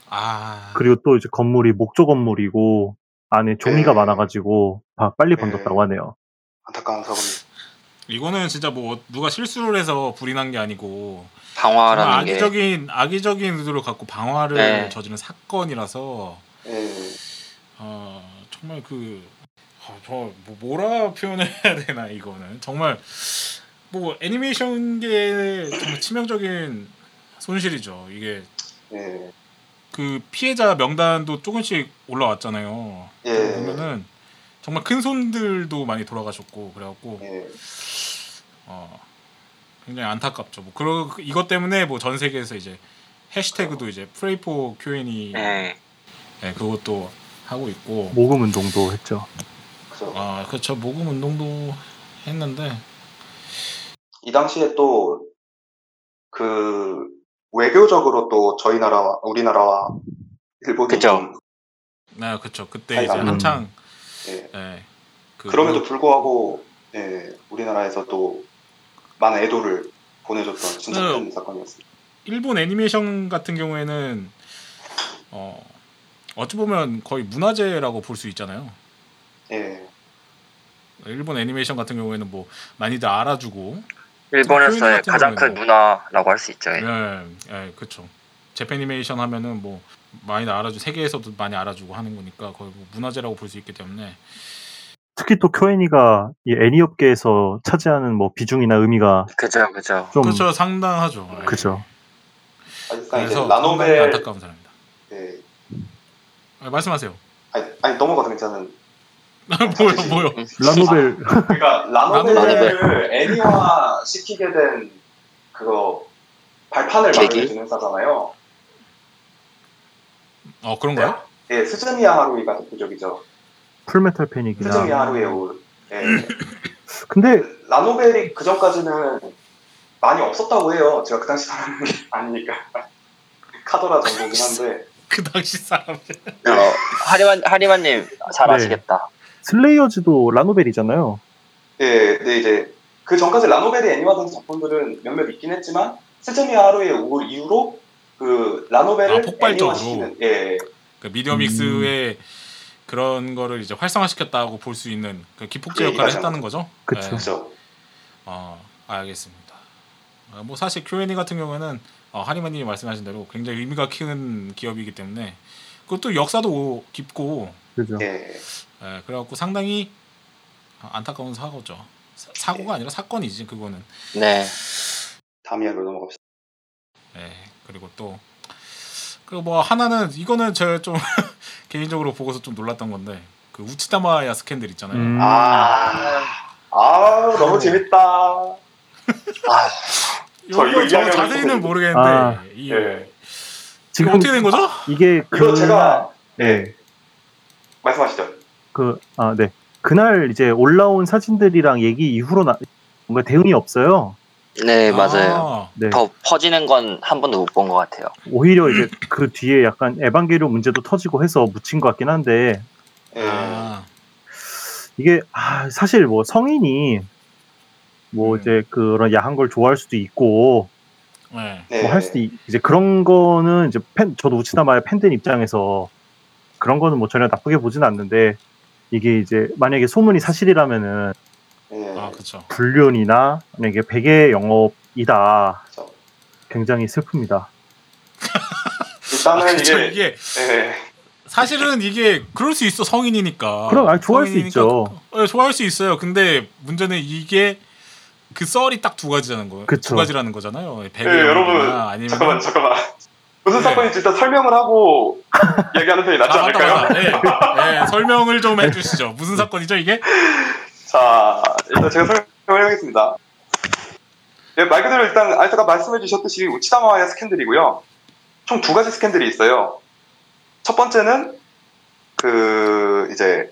A: 아.
D: 그리고 또 이제 건물이 목조 건물이고 안에 종이가
C: 네.
D: 많아가지고 다 빨리
C: 네.
D: 번졌다고 하네요.
C: 안타까운 사고입니다.
A: 이거는 진짜 뭐 누가 실수를 해서 불이 난 게 아니고 정말
B: 방화라는 게
A: 악의적인 악의적인 의도를 갖고 방화를
B: 네.
A: 저지른 사건이라서
C: 예.
A: 아 정말 그 아, 저 뭐, 뭐라 표현해야 되나 이거는 정말 뭐 애니메이션계의 정말 치명적인 손실이죠. 이게
C: 예.
A: 그 피해자 명단도 조금씩 올라왔잖아요.
C: 예.
A: 보면은 정말 큰 손들도 많이 돌아가셨고 그래갖고
C: 예.
A: 어, 굉장히 안타깝죠. 뭐 그러 이것 때문에 뭐 전 세계에서 이제 해시태그도 이제 프레이포 q n 이
B: 네
A: 예, 그것도 하고 있고
D: 모금 운동도 했죠.
C: 그래서
A: 아 그렇죠 모금 운동도 했는데
C: 이 당시에 또, 그, 외교적으로 또 저희 나라와, 우리나라와 일본이.
B: 그쵸.
C: 좀,
A: 아 그렇죠 그때
C: 아니,
A: 이제
C: 음.
A: 한창
C: 예.
A: 예, 그
C: 그럼에도
A: 뭐-
C: 불구하고, 예, 우리나라에서 또 많은 애도를 보내줬던 진짜
A: 네.
C: 큰 사건이었습니다.
A: 일본 애니메이션 같은 경우에는 어 어찌 보면 거의 문화재라고 볼 수 있잖아요
C: 예.
A: 일본 애니메이션 같은 경우에는 뭐 많이들 알아주고
B: 일본에서의
A: 같은
B: 가장 큰
A: 경우에는-
B: 문화라고 할 수 있죠. 예.
A: 예, 예, 그렇죠. 재패니메이션 하면은 뭐 많이 알아주 세계에서도 많이 알아주고 하는 거니까 거의 뭐 문화재라고 볼 수 있기 때문에
D: 특히 또 쿄엔이가 이 애니 업계에서 차지하는 뭐 비중이나 의미가
B: 그죠, 그죠.
D: 좀
A: 그렇죠 상당하죠. 예.
D: 그죠.
C: 사실상 이제
A: 그래서 상당히
C: 나노벨,
A: 안타까운 사람입니다.
C: 예.
A: 아, 말씀하세요.
C: 아니, 아니 넘어가도 괜찮은.
A: 뭐요, 뭐요?
D: 라노벨
C: 그러니까 라노벨을 애니화 시키게 된 그거 발판을
B: 계기?
C: 만들어주는 회사잖아요.
A: 어 그런가요?
C: 예, 스즈미야 하루이가 대표적이죠.
D: 풀메탈
A: 음.
C: 스즈미야
D: 패닉이나
C: 하루이의 울. 예.
D: 근데
C: 라노벨이 그 전까지는 많이 없었다고 해요. 제가 그 당시 사람은 아니니까. 카더라 정도긴 한데.
A: 그 당시 사람.
B: 어, 하리만 하리만님 잘
D: 네.
B: 아시겠다.
D: 슬레이어즈도 라노벨이잖아요.
C: 예, 근데 이제 그 전까지 라노벨이 애니화된 작품들은 몇몇 있긴 했지만, 스즈미야 하루이의 울 이후로 그 라노벨을
A: 아, 폭발적으로.
C: 애니화시키는, 예,
A: 그 미디어 믹스의
D: 음.
A: 그런 거를 이제 활성화시켰다고 볼 수 있는 그 기폭제
C: 예,
A: 역할을
C: 맞아요.
A: 했다는 거죠.
D: 그쵸.
A: 예.
C: 그죠.
A: 어, 알겠습니다. 아, 뭐 사실 Q&A 같은 경우에는 어, 하리마님이 말씀하신 대로 굉장히 의미가 큰 기업이기 때문에 그것도 역사도 오- 깊고
D: 그죠.
C: 예.
A: 예, 그래갖고 상당히 안타까운 사고죠. 사- 사고가 아니라 사건이지 그거는.
B: 네.
C: 다음 이야기로 넘어갑시다.
A: 예, 그리고 또 그리고 뭐 하나는 이거는 제가 좀 개인적으로 보고서 좀 놀랐던 건데 그 우치다마야 스캔들 있잖아요.
D: 음,
C: 아, 아, 너무 재밌다.
A: 이거
C: 저 이거
A: 이거 뭐
C: 이야기하고
A: 자세히는
C: 싶었는데.
A: 모르겠는데
D: 아,
A: 이,
C: 예.
A: 지금
D: 지금
A: 어떻게 된 거죠?
D: 이게
C: 이거
D: 그날
C: 제가,
D: 네.
C: 말씀하시죠.
D: 그, 아, 네. 그날 이제 올라온 사진들이랑 얘기 이후로 나, 뭔가 대응이 없어요.
B: 네,
A: 아,
B: 맞아요.
D: 네.
B: 더 퍼지는 건 한 번도 못 본 것 같아요.
D: 오히려 이제 그 뒤에 약간 에반게리온 문제도 터지고 해서 묻힌 것 같긴 한데,
C: 예.
A: 아,
D: 이게, 아, 사실 뭐 성인이 뭐
A: 음.
D: 이제 그런 야한 걸 좋아할 수도 있고,
A: 네.
C: 네.
D: 뭐 할 수도, 있, 이제 그런 거는 이제 팬, 저도 우치다마야 팬된 입장에서 그런 거는 뭐 전혀 나쁘게 보진 않는데, 이게 이제 만약에 소문이 사실이라면은
C: 예.
A: 아 그렇죠.
D: 불륜이나 만약에 베개 영업이다.
C: 그렇죠.
D: 굉장히 슬픕니다.
A: 아,
C: 일단은
A: 그렇죠.
C: 이게,
A: 이게
C: 예.
A: 사실은 이게 그럴 수 있어 성인이니까.
D: 그럼, 아니, 좋아할 수
A: 성인이니까
D: 있죠.
A: 그- 예, 좋아할 수 있어요. 근데 문제는 이게 그 썰이 딱 두 가지라는 거예요.
D: 그쵸.
A: 두 가지라는 거잖아요.
C: 예,
A: 배배
C: 여러분
A: 아니면
C: 잠깐만 잠깐만 무슨
A: 네.
C: 사건인지 일단 설명을 하고 얘기하는 편이
A: 아,
C: 낫지
A: 맞다,
C: 않을까요?
A: 맞다. 예, 예, 설명을 좀 해주시죠.
D: 네.
A: 무슨 사건이죠 이게?
C: 자 일단 제가 설명을 하겠습니다. 예, 말 그대로 일단 아이스가 말씀해 주셨듯이 우치다마와의 스캔들이고요. 총 두 가지 스캔들이 있어요. 첫 번째는 그 이제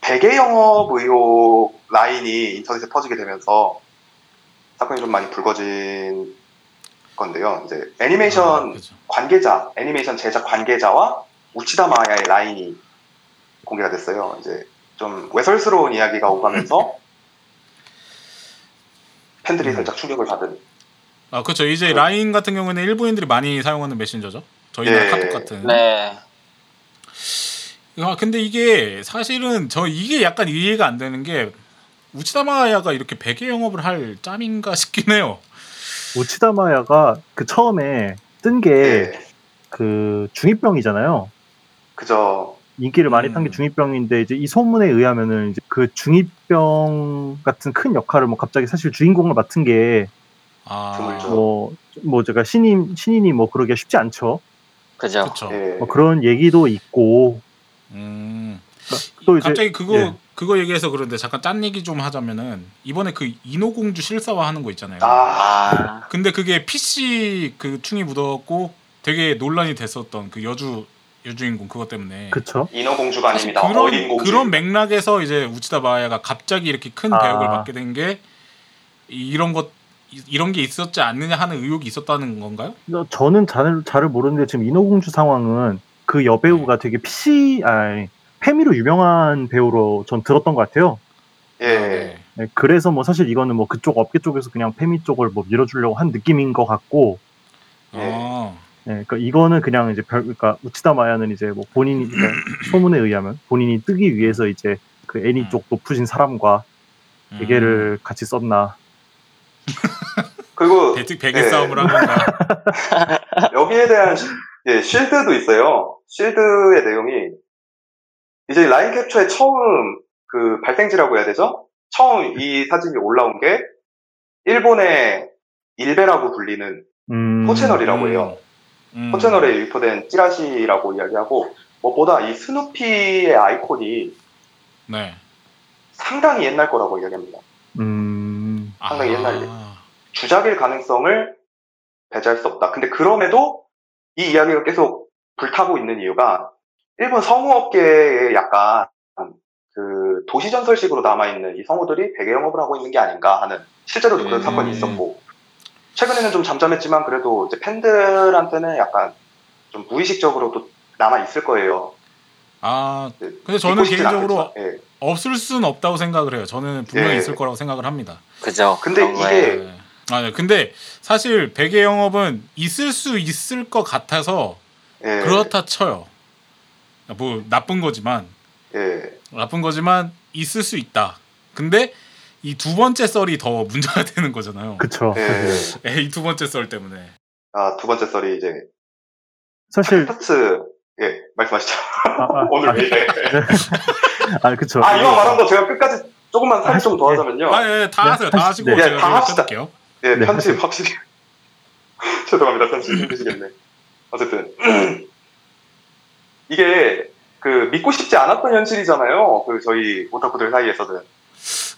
C: 베개 영업 의혹 라인이 인터넷에 퍼지게 되면서 사건이 좀 많이 불거진 건데요. 이제 애니메이션
A: 그죠.
C: 관계자, 애니메이션 제작 관계자와 우치다 마야의 라인이 공개가 됐어요. 이제 좀 외설스러운 이야기가 오가면서 팬들이 살짝 충격을 받은.
A: 아 그렇죠. 이제
C: 그-
A: 라인 같은 경우에는 일본인들이 많이 사용하는 메신저죠. 저희 나라
C: 예.
A: 카톡 같은.
B: 네.
A: 아 근데 이게 사실은 저 이게 약간 이해가 안 되는 게 우치다마야가 이렇게 베개 영업을 할 짬인가 싶긴 해요.
D: 오치다마야가 그 처음에 뜬 게 그
C: 예,
D: 중이병이잖아요.
C: 그저
D: 인기를 많이 탄 게
A: 음.
D: 중이병인데 이제 이 소문에 의하면은 이제 그 중이병 같은 큰 역할을 뭐 갑자기 사실 주인공을 맡은
A: 아
C: 드물죠.
D: 게 뭐 뭐 제가 신인 신인이 뭐 그러기가 쉽지 않죠.
B: 그죠.
A: 그렇죠.
C: 예,
D: 뭐 그런 얘기도 있고
A: 음.
D: 또 이제
A: 갑자기 그거
D: 예.
A: 그거 얘기해서 그런데 잠깐 짠 얘기 좀 하자면은 이번에 그 인어공주 실사화 하는 거 있잖아요.
C: 아,
B: 아,
A: 근데 그게 PC 그 충이 묻었고 되게 논란이 됐었던 그 여주 여주인공 그것 때문에
D: 그쵸?
C: 인어공주가
A: 사실
C: 아닙니다. 어린
A: 그런
C: 공주.
A: 그런 맥락에서 이제 우치다 바야가 갑자기 이렇게 큰
D: 아.
A: 배역을 받게 된 게 이런 것 이- 이런 게 있었지 않느냐 하는 의혹이 있었다는 건가요?
D: 어, 저는 잘, 잘 모르는데 지금 인어공주 상황은 그 여배우가 되게 PC, 아 페미로 유명한 배우로 전 들었던 것 같아요.
C: 예.
A: 아, 네.
D: 네, 그래서 뭐 사실 이거는 뭐 그쪽 업계 쪽에서 그냥 페미 쪽을 뭐 밀어주려고 한 느낌인 것 같고,
C: 예.
A: 어,
D: 예, 그러니까 이거는 그냥 이제 별, 그러니까 우치다 마야는 이제 뭐 본인이 그러니까 소문에 의하면 본인이 뜨기 위해서 이제 그 애니 쪽 높으신 사람과
A: 음.
D: 베개를 같이 썼나.
C: 그리고
A: 베트- 베개
C: 예.
A: 싸움을 한 건가?
C: 여기에 대한 시- 예, 실드도 있어요. 실드의 내용이 이제 라인 캡처의 처음 그 발생지라고 해야 되죠? 처음 이 사진이 올라온 게 일본의 일베라고 불리는
D: 음,
C: 포채널이라고 해요.
A: 음.
C: 포채널에 유포된 찌라시라고 이야기하고 뭐 무엇보다 이 스누피의 아이콘이
A: 네.
C: 상당히 옛날 거라고 이야기합니다.
D: 음,
A: 아.
C: 상당히 옛날 주작일 가능성을 배제할 수 없다. 근데 그럼에도 이 이야기가 계속 불타고 있는 이유가 일본 성우업계에 약간 그 도시전설식으로 남아있는 이 성우들이 배개영업을 하고 있는 게 아닌가 하는 실제로도 그런
A: 음.
C: 사건이 있었고 최근에는 좀 잠잠했지만 그래도 이제 팬들한테는 약간 좀 무의식적으로도 남아있을 거예요.
A: 아
C: 네,
A: 근데 저는
C: 믿고 싶진
A: 개인적으로
C: 않겠지만, 예.
A: 없을 순 없다고 생각을 해요. 저는 분명히
C: 예.
A: 있을 거라고 생각을 합니다.
B: 그죠.
C: 근데
B: 그런 거에
C: 이게-
A: 네. 아 네. 근데 사실 베개 영업은 있을 수 있을 것 같아서
C: 예.
A: 그렇다 쳐요. 뭐 나쁜 거지만
C: 예.
A: 나쁜 거지만 있을 수 있다. 근데 이 두 번째 썰이 더 문제가 되는 거잖아요.
D: 그쵸.
C: 예.
A: 이 두 번째 썰 때문에.
C: 아, 두 번째 썰이 이제
D: 사실,
C: 스타트 예, 말씀하시죠.
D: 아, 아,
C: 오늘 왜 이래.
D: 아, 그쵸.
C: 아, 이왕 말한 거 제가 끝까지 조금만 살이 좀 더 하자면요.
A: 아, 예, 예, 다
D: 네,
A: 하세요. 다 하시고
D: 네.
A: 제가
C: 네, 다
A: 그걸
C: 합시다.
A: 끊을게요.
C: 예,
D: 네.
C: 편집 확실히. 죄송합니다.
A: 음.
C: 편집 힘드시겠네. 어쨌든. 이게, 그, 믿고 싶지 않았던 현실이잖아요. 그, 저희 오타쿠들 사이에서는.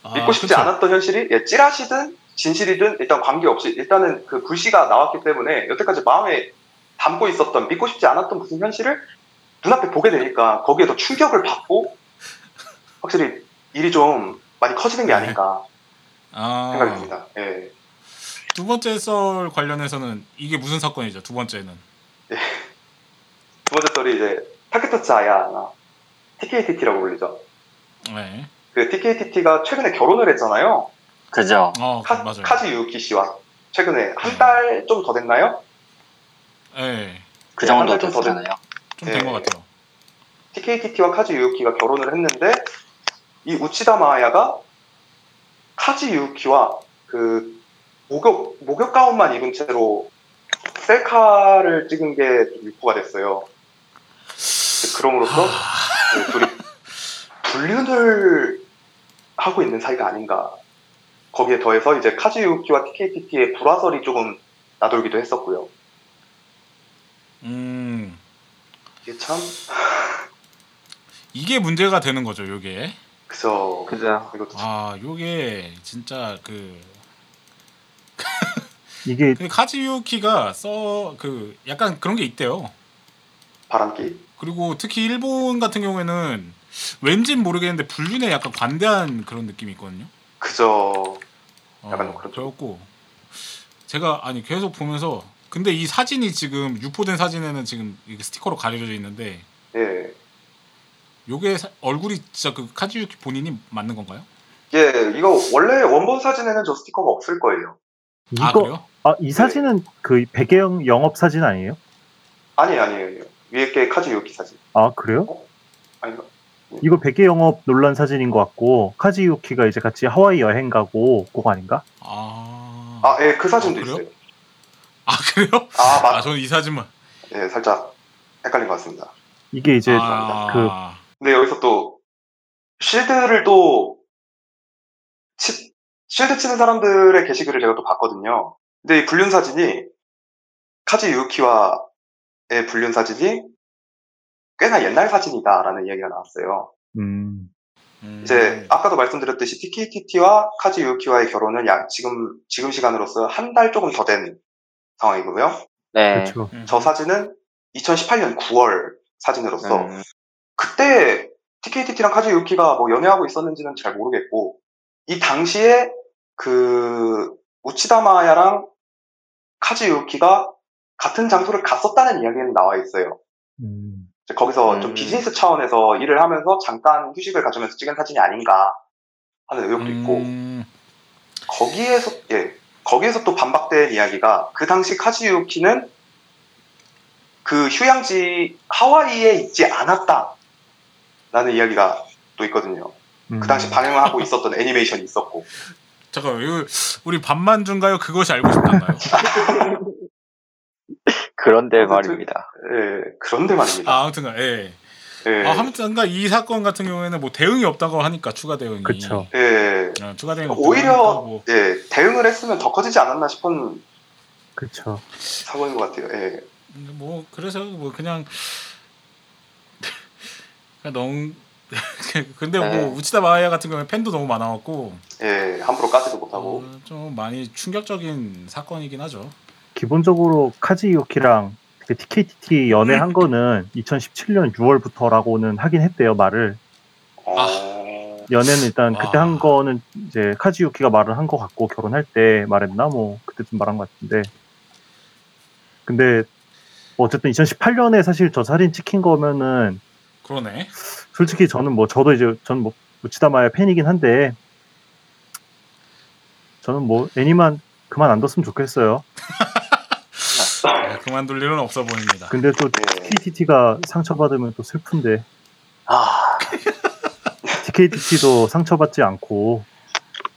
A: 아,
C: 믿고 싶지
A: 그쵸.
C: 않았던 현실이, 예, 찌라시든, 진실이든, 일단 관계없이, 일단은 그 불씨가 나왔기 때문에, 여태까지 마음에 담고 있었던, 믿고 싶지 않았던 무슨 현실을 눈앞에 보게 되니까, 거기에 더 충격을 받고, 확실히 일이 좀 많이 커지는
A: 네.
C: 게 아닌가 생각이
A: 아,
C: 듭니다. 예.
A: 두 번째 썰 관련해서는 이게 무슨 사건이죠? 두 번째는.
C: 두 번째 썰이 이제 타케토츠 아야나 TKTT라고 불리죠.
A: 네.
C: 그 TKTT가 최근에 결혼을 했잖아요.
B: 그죠.
A: 어,
C: 카,
A: 맞아요.
C: 카즈 유키 씨와 최근에 한 달 좀 더 됐나요?
A: 예.
B: 그
C: 예,
B: 정도
C: 한달좀더
B: 됐잖아요.
A: 좀 된
C: 예.
A: 것 같아요.
C: TKTT와 카즈 유키가 결혼을 했는데 이 우치다 마야가 카즈 유키와 그 목욕 목욕 가운만 입은 채로 셀카를 찍은 게좀 유포가 됐어요. 그럼으로써 네, 둘이 불륜을 하고 있는 사이가 아닌가. 거기에 더해서 이제 카즈유키와 TKTT의 불화설이 조금 나돌기도 했었고요.
A: 음,
C: 이게 참
A: 이게 문제가 되는 거죠, 요게.
C: 그저
B: 그죠.
C: 이것도 참
A: 아, 요게 진짜 그
D: 이게
A: 근데 카즈유키가 써 그 약간 그런 게 있대요.
C: 바람기.
A: 그리고 특히 일본 같은 경우에는 왠진 모르겠는데 불륜에 약간 관대한 그런 느낌이 있거든요.
C: 그저
A: 어,
C: 약간 그렇죠.
A: 그래갖고 제가 아니 계속 보면서 근데 이 사진이 지금 유포된 사진에는 지금 이게 스티커로 가려져 있는데
C: 예.
A: 요게 사- 얼굴이 진짜 그 카즈유키 본인이 맞는 건가요?
C: 예, 이거 원래 원본 사진에는 저 스티커가 없을 거예요.
A: 아
D: 이거
A: 그래요?
D: 아, 이 사진은 그 배경 영업 사진 아니에요?
C: 아니에요, 아니에요. 위에 게 카즈유키 사진.
D: 아 그래요?
C: 어? 아닌가? 네.
D: 이거 베개 영업 논란 사진인 것 같고 카즈유키가 이제 같이 하와이 여행 가고 그거 아닌가?
A: 아,
C: 아, 예, 그 사진도
A: 아, 그래요?
C: 있어요.
A: 아, 그래요?
C: 아,
A: 아
C: 맞.
A: 저는 이 사진만
C: 예, 살짝 헷갈린 것 같습니다.
D: 이게 이제
A: 아,
D: 그
C: 근데 여기서 또 실드를 또 치, 실드 치는 사람들의 게시글을 제가 또 봤거든요. 근데 이 불륜 사진이 카즈 유키와의 불륜 사진이 꽤나 옛날 사진이다라는 이야기가 나왔어요.
D: 음,
A: 음,
C: 이제 아까도 말씀드렸듯이 TKTT와 카즈 유키와의 결혼은 약 지금 지금 시간으로서 한 달 조금 더 된 상황이고요.
B: 네.
D: 그렇죠.
A: 음.
C: 저 사진은 2018년 9월 사진으로서
B: 음,
C: 그때 TKTT랑 카즈 유키가 뭐 연애하고 있었는지는 잘 모르겠고 이 당시에 그 우치다마야랑 카즈 유키가 같은 장소를 갔었다는 이야기는 나와 있어요.
D: 음,
C: 이제 거기서 좀
B: 음.
C: 비즈니스 차원에서 일을 하면서 잠깐 휴식을 가지면서 찍은 사진이 아닌가 하는 의혹도 있고
A: 음,
C: 거기에서 예 거기에서 또 반박된 이야기가 그 당시 카즈유키는 그 휴양지 하와이에 있지 않았다라는 이야기가 또 있거든요.
D: 음.
C: 그 당시 방영을 하고 있었던 애니메이션이 있었고
A: 잠깐 이거 우리 반만 준가요? 그것이 알고 싶단가요?
B: 그런데
C: 아무튼-
B: 말입니다.
C: 예 그런데 말입니다.
A: 아 아무튼가 예.
C: 예,
A: 아 아무튼가 이 사건 같은 경우에는 뭐 대응이 없다고 하니까 추가 대응이.
D: 그쵸.
C: 예
A: 어, 추가 대응
C: 오히려
A: 뭐,
C: 예 대응을 했으면 더 커지지 않았나 싶은
D: 그쵸.
C: 사고인 것 같아요. 예.
A: 뭐 그래서 뭐 그냥 그냥 너무 근데
B: 네.
A: 뭐 우치다 마야 같은 경우에 팬도 너무 많아갖고
C: 예, 함부로 까지도 못하고.
A: 어, 좀 많이 충격적인 사건이긴 하죠.
D: 기본적으로 카지유키랑 그 TKTT 연애한 거는 2017년 6월부터라고는 하긴 했대요, 말을.
C: 어,
A: 아.
D: 연애는 일단 그때
A: 아.
D: 한 거는 이제 카지유키가 말을 한 거 같고 결혼할 때 말했나 뭐 그때쯤 말한 것 같은데 근데 뭐 어쨌든 2018년에 사실 저 살인 찍힌 거면은
A: 그러네.
D: 솔직히 저는 뭐 저도 이제 전뭐 무치다마의 팬이긴 한데 저는 뭐 애니만 그만 안 뒀으면 좋겠어요
A: 네, 그만둘 일은 없어 보입니다.
D: 근데 또
C: 예.
D: TKTT가 상처받으면 또 슬픈데
B: 아,
D: TKTT도 상처받지 않고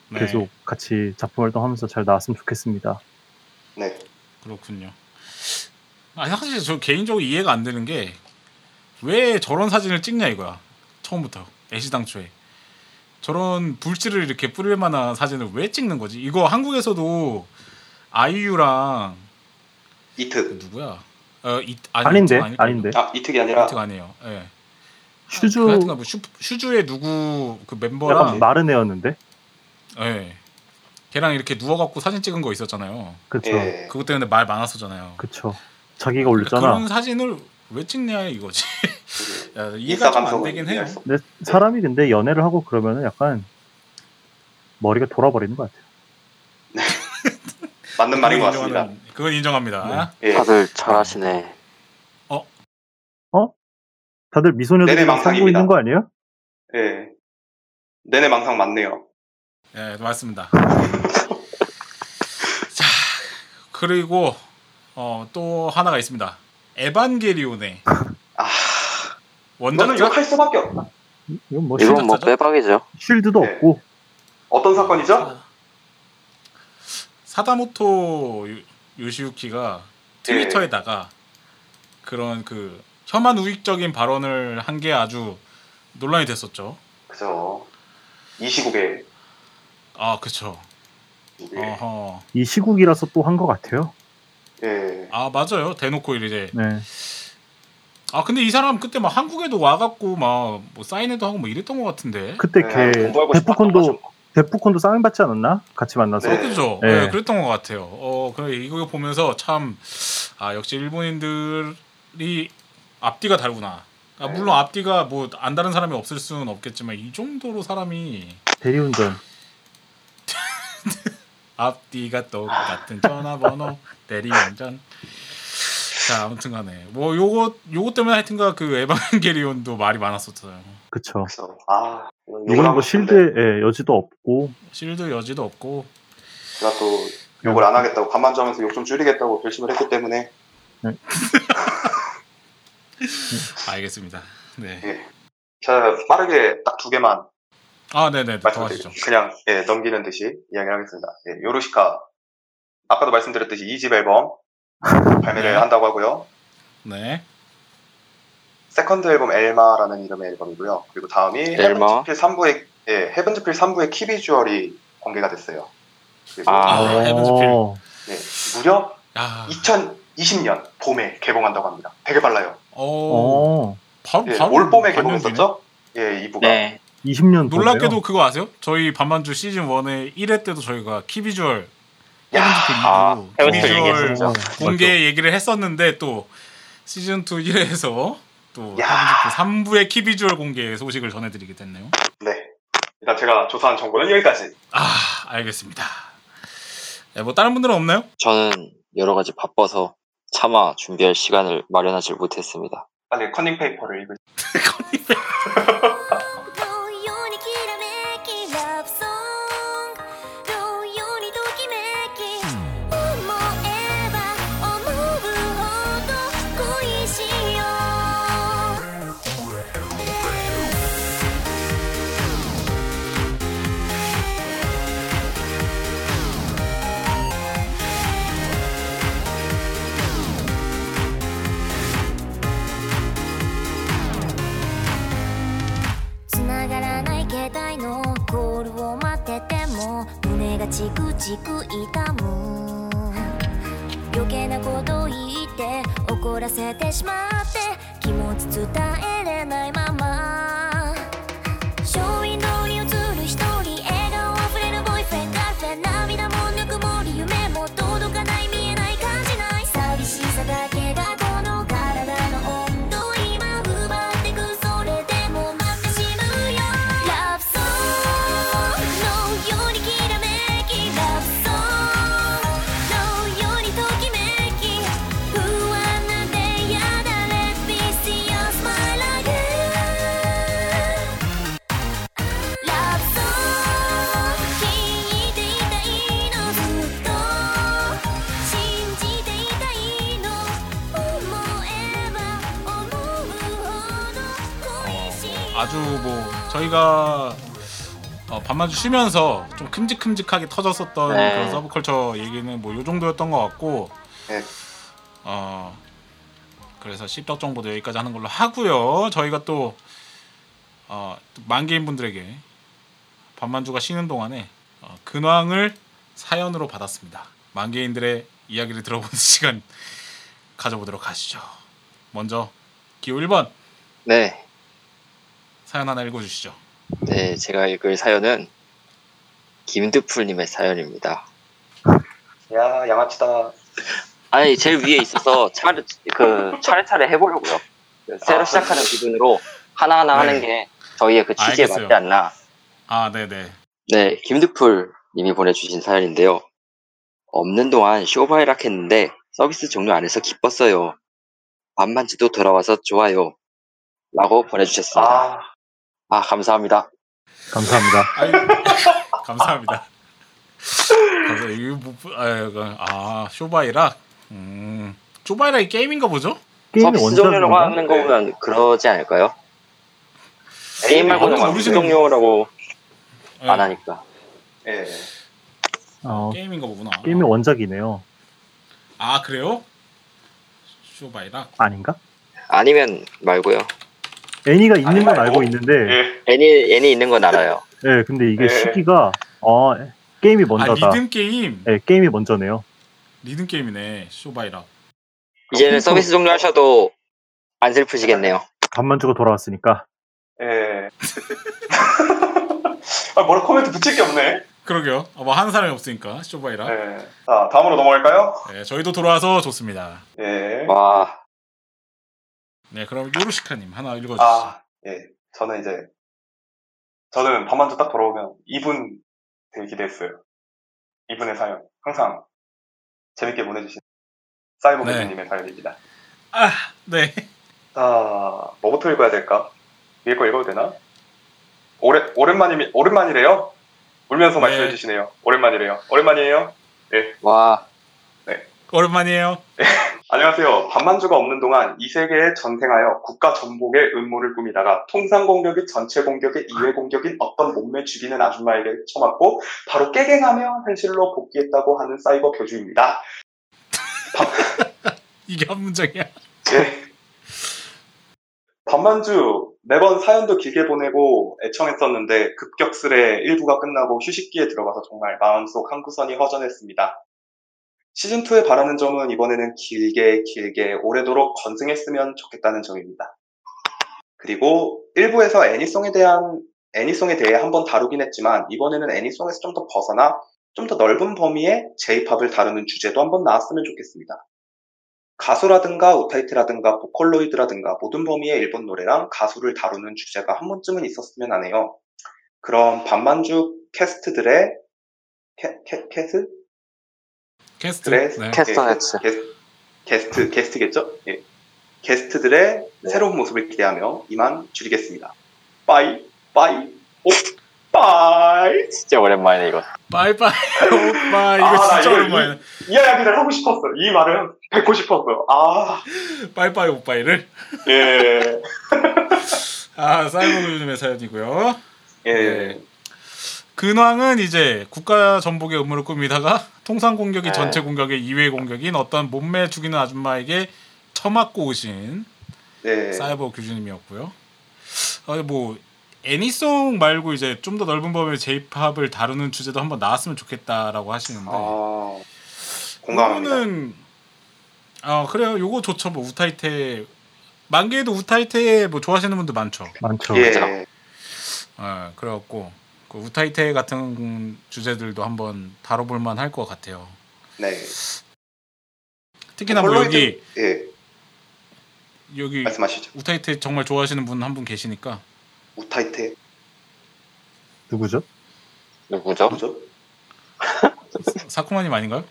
A: 네,
D: 계속 같이 작품 활동하면서 잘 나왔으면 좋겠습니다
C: 네.
A: 그렇군요. 아 사실 저 개인적으로 이해가 안 되는 게 왜 저런 사진을 찍냐 이거야. 처음부터 애시당초에 저런 불씨를 이렇게 뿌릴 만한 사진을 왜 찍는 거지? 이거 한국에서도 아이유랑 그
C: 이특.
A: 누구야? 어, 이,
D: 아닌데
A: 아니,
D: 아닌데
C: 아, 이특이 아니라
A: 하여튼 아니에요. 예.
D: 슈즈
A: 그 하여튼간 뭐 슈, 슈즈의 누구 그
D: 약간
A: 멤버랑
D: 마른 애였는데
A: 예. 걔랑 이렇게 누워갖고 사진 찍은 거 있었잖아요.
D: 그쵸
C: 예.
A: 그것 때문에 말 많았었잖아요.
D: 그쵸
A: 그러니까
D: 자기가 올렸잖아
A: 그런 사진을 왜 찍냐 이거지. 야,
C: 인싸
A: 이해가 좀 안
C: 감성을
A: 되긴 해요.
C: 이해할 수 없-
D: 근데 사람이 근데 연애를 하고 그러면은 약간 머리가 돌아버리는 것 같아요
C: 맞는 말인 것
A: 그건
C: 같습니다.
A: 인정하는- 그건 인정합니다.
C: 예.
B: 다들 잘하시네.
D: 다들 미소녀들이
C: 내내
D: 살고
C: 망상입니다.
D: 있는 거 아니에요?
C: 예. 내내 망상 맞네요.
A: 예, 맞습니다. 자, 그리고 어, 또 하나가 있습니다. 에반게리온의
C: 아, 이거는
A: 원작자
C: 욕할 수밖에 없다.
D: 이건 뭐
B: 이건 뭐
A: 진짜
B: 빼박이죠.
D: 쉴드도
C: 네.
D: 없고
C: 어떤 사건이죠?
A: 아. 사다모토 유- 요시유키가 트위터에다가
C: 예.
A: 그런 그 혐한 우익적인 발언을 한 게 아주 논란이 됐었죠.
C: 그죠. 이 시국에.
A: 아, 그쵸.
C: 예.
A: 어허.
D: 이 시국이라서 또 한 것 같아요
C: 예.
A: 아, 맞아요. 대놓고 이제.
D: 네.
A: 아, 근데 이 사람 그때 막 한국에도 와갖고 막 뭐 사인회도 하고 뭐 이랬던 것 같은데.
D: 그때
C: 네,
D: 걔
C: 공부하고
D: 데프콘도
C: 싶었던
D: 데프콘도 싸움 받지 않았나? 같이 만나서
A: 어,
C: 네.
A: 그죠?
D: 네.
A: 네, 그랬던 것 같아요. 어, 그래, 이거 보면서 참, 아, 역시 일본인들이 앞뒤가 다르구나. 아,
C: 네.
A: 물론 앞뒤가 뭐 안 다른 사람이 없을 수는 없겠지만 이 정도로 사람이
D: 대리운전
A: 앞뒤가 똑같은 전화번호 대리운전. 자, 아무튼간에 뭐 요거 요거 때문에 하여튼가 그 에반게리온도 말이 많았었잖아요.
D: 그쵸
C: 그죠. 아, 이건 욕을
D: 이건
C: 하고
D: 뭐
C: 싶은데
D: 쉴드에 예, 여지도 없고
A: 실드 여지도 없고
C: 제가 또 욕을 안 하겠다고 반만주하면서 욕 좀 줄이겠다고 결심을 했기 때문에
A: 알겠습니다. 네.
C: 제가 빠르게 딱 두 개만
A: 아, 네, 네, 더
C: 말씀드리죠.
A: 하시죠.
C: 그냥 예, 넘기는 듯이 이야기하겠습니다. 예, 요로시카 아까도 말씀드렸듯이 2집 앨범 발매를
A: 네.
C: 한다고 하고요.
A: 네.
C: 세컨드 앨범 엘마라는 이름의 앨범이고요. 그리고 다음이
B: 엘마.
C: 헤븐즈필 3부의 예, 헤븐즈필 3부의 키비주얼이 공개가 됐어요. 그리고
B: 아.
A: 네, 헤븐스필.
D: 어,
C: 예, 무려
A: 야.
C: 2020년 봄에 개봉한다고 합니다. 되게 빨라요.
A: 어.
D: 어
A: 바로
C: 예,
A: 바로
C: 올 봄에
A: 반년 뒤네.
C: 개봉했었죠? 예, 이부가
B: 네.
A: 네.
D: 20년
A: 놀랍게도 그거 아세요? 저희 반만주 시즌 1의 1회 때도 저희가 키비주얼
C: 야,
B: 아,
A: 헤븐스필
B: 헤븐스필
A: 이후
B: 얘기했었죠.
A: 공개 얘기를 했었는데 또 시즌 2 1회에서 또
C: 야.
A: 3부의 키비주얼 공개 소식을 전해드리게 됐네요.
C: 네. 일단 제가 조사한 정보는 여기까지.
A: 아 알겠습니다. 네, 뭐 다른 분들은 없나요?
B: 저는 여러 가지 바빠서 차마 준비할 시간을 마련하지 못했습니다.
C: 빨리 컨닝 페이퍼를 읽으
H: つながらない携帯のコールを待ってても胸がチクチク痛む余計なこと言って怒らせてしまって気持ち伝えれないままショーウィンドウに映る一人笑顔あふれるボイフェンガールフェン涙もぬくもり夢も届かない見えない感じない寂しさだけがこの体の温度今奪ってくそれでも待ってしまうよラブソングのようにきらめきラブソングのようにときめき不安なんてやだ Let me see your smile again ラブソング聞いていたいのずっと信じていたいの思えば思うほど恋しい
A: 아주 뭐 저희가 어, 밤마주 쉬면서 좀 큼직큼직하게 터졌었던
B: 네.
A: 그런 서브컬처 얘기는 뭐 요 정도였던 것 같고
C: 네.
A: 어 그래서 씹덕 정보도 여기까지 하는 걸로 하고요 저희가 또 어, 또 만개인 분들에게 밤만주가 쉬는 동안에 어, 근황을 사연으로 받았습니다 만개인들의 이야기를 들어보는 시간 가져보도록 하시죠 먼저 기호 1번
B: 네,
A: 사연 하나 읽어주시죠
B: 네, 제가 읽을 사연은 김드풀님의 사연입니다.
C: 야, 양아치다.
B: 아니, 제일 위에 있어서 차례, 그, 차례차례 해보려고요. 그 새로
C: 아.
B: 시작하는 기분으로 하나하나 하는 게 저희의 그 취지에
A: 네. 알겠어요.
B: 맞지 않나.
A: 아 네네
B: 네, 김득풀님이 보내주신 사연인데요. 없는 동안 쇼바이락 했는데 서비스 종료 안 해서 기뻤어요. 반만지도 돌아와서 좋아요. 라고 보내주셨습니다.
C: 아,
B: 아, 감사합니다.
D: 감사합니다.
A: 아이, 감사합니다. 감사- 이거 뭐- 아유, 그- 아 쇼바이라. 음, 쇼바이라 이 게임인가 보죠?
D: 게임이
B: 서비스 종료라고
D: 원작인가?
B: 하는 거 보면 그러지 않을까요?
D: 네,
B: 게임 말고는
A: 아무도
B: 서비스
A: 모르시는-
B: 종료라고
A: 예,
B: 안 하니까.
C: 예. 예.
D: 어,
A: 게임인가 보구나.
D: 게임이 원작이네요.
A: 아 그래요? 쇼바이라.
D: 아닌가?
B: 아니면 말고요.
D: 애니가 있는 건
C: 아니,
D: 알고
C: 어?
D: 있는데,
B: 네.
C: 예.
B: 애니, 애니 있는 건 알아요.
D: 예, 근데 이게
C: 예.
D: 시기가 어, 게임이
A: 아
D: 먼저다.
A: 리듬 게임.
D: 예, 게임이 먼저네요.
A: 리듬 게임이네. 쇼바이라.
B: 이제는
D: 그러니까.
B: 서비스 종료하셔도 안 슬프시겠네요.
D: 반만주가 돌아왔으니까.
C: 예. 아, 뭐라 코멘트 붙일 게 없네.
A: 그러게요. 아, 뭐한 사람이 없으니까 쇼바이라. 네.
C: 예. 자, 다음으로 넘어갈까요?
A: 저희도 돌아와서 좋습니다.
C: 예.
B: 와,
A: 네, 그럼 요루시카님 하나 읽어주시죠.
C: 아, 예. 저는 이제, 저는 밤만두 딱 돌아오면 이분 되게 기대했어요. 이분의 사연. 항상 재밌게 보내주신
A: 네.
C: 사이버맨님의 사연입니다.
A: 아, 네.
C: 아, 뭐부터 읽어야 될까? 위에 거 읽어도 되나? 오래, 오랜만이, 오랜만이래요? 울면서
A: 네.
C: 말씀해주시네요. 오랜만이래요. 오랜만이에요?
B: 와,
A: 오랜만이에요.
C: 안녕하세요. 반만주가 없는 동안 이 세계에 전생하여 국가 전복의 음모를 꾸미다가 통상 공격이 전체 공격의 2회 공격인 어떤 몸매 죽이는 아줌마에게 처맞고 바로 깨갱하며 현실로 복귀했다고 하는 사이버 교주입니다.
A: 이게 한 문장이야.
C: 예. 반만주 매번 사연도 길게 보내고 애청했었는데 급격스레 1부가 끝나고 휴식기에 들어가서 정말 마음속 한 구선이 허전했습니다. 시즌2에 바라는 점은 이번에는 길게 길게 오래도록 건승했으면 좋겠다는 점입니다. 그리고 1부에서 애니송에 대한 애니송에 대해 한번 다루긴 했지만 이번에는 애니송에서 좀 더 벗어나 좀 더 넓은 범위의 J-팝을 다루는 주제도 한번 나왔으면 좋겠습니다. 가수라든가 오타이트라든가 보컬로이드라든가 모든 범위의 일본 노래랑 가수를 다루는 주제가 한 번쯤은 있었으면 하네요. 그럼 반만주 캐스트들의 캐, 캐, 캐스?
A: 캐스트.
C: 그래.
A: 네.
B: 캐스터네츠.
C: 게스, 게스트, 게스트겠죠? 예. 게스트들의
B: 네.
C: 새로운 모습을 기대하며 이만 줄이겠습니다. 빠이, 빠이, 오, 빠이!
B: 진짜 오랜만이네 이거.
A: 빠이빠이 오빠 이거
C: 아, 나
A: 진짜
C: 이거
A: 오랜만이네.
C: 이 이야기를 하고 싶었어. 이 말은 듣고 싶었어. 아,
A: 빠이빠이 오빠이를.
B: 네.
C: 예.
A: 아 사이버노님의 사연이고요.
C: 예.
A: 근황은 이제 국가 전복의 음모를 꾸미다가 통상 공격이
B: 네.
A: 전체 공격의 2회 공격인 어떤 몸매 죽이는 아줌마에게 처맞고 오신
C: 네.
A: 사이버 규준님이었고요. 아, 뭐 애니송 말고 이제 좀 더 넓은 범위의 J-팝을 다루는 주제도 한번 나왔으면 좋겠다라고 하시는데
C: 아, 공감합니다.
A: 요거는 아 그래요. 요거 좋죠. 뭐 우타이테 만개에도 우타이테 뭐 좋아하시는 분들 많죠.
D: 많죠.
C: 예.
A: 아 그래갖고 그 우타이테 같은 주제들도 한번 다뤄볼 만할 것 같아요.
C: 네.
A: 특히나 뭐
C: 폴로이드-
A: 여기
C: 예.
A: 여기
C: 말씀하시죠.
A: 우타이테 정말 좋아하시는 분 한 분 계시니까
C: 우타이테
D: 누구죠?
B: 누구죠?
C: 뭐죠?
A: 사쿠마님 아닌가요?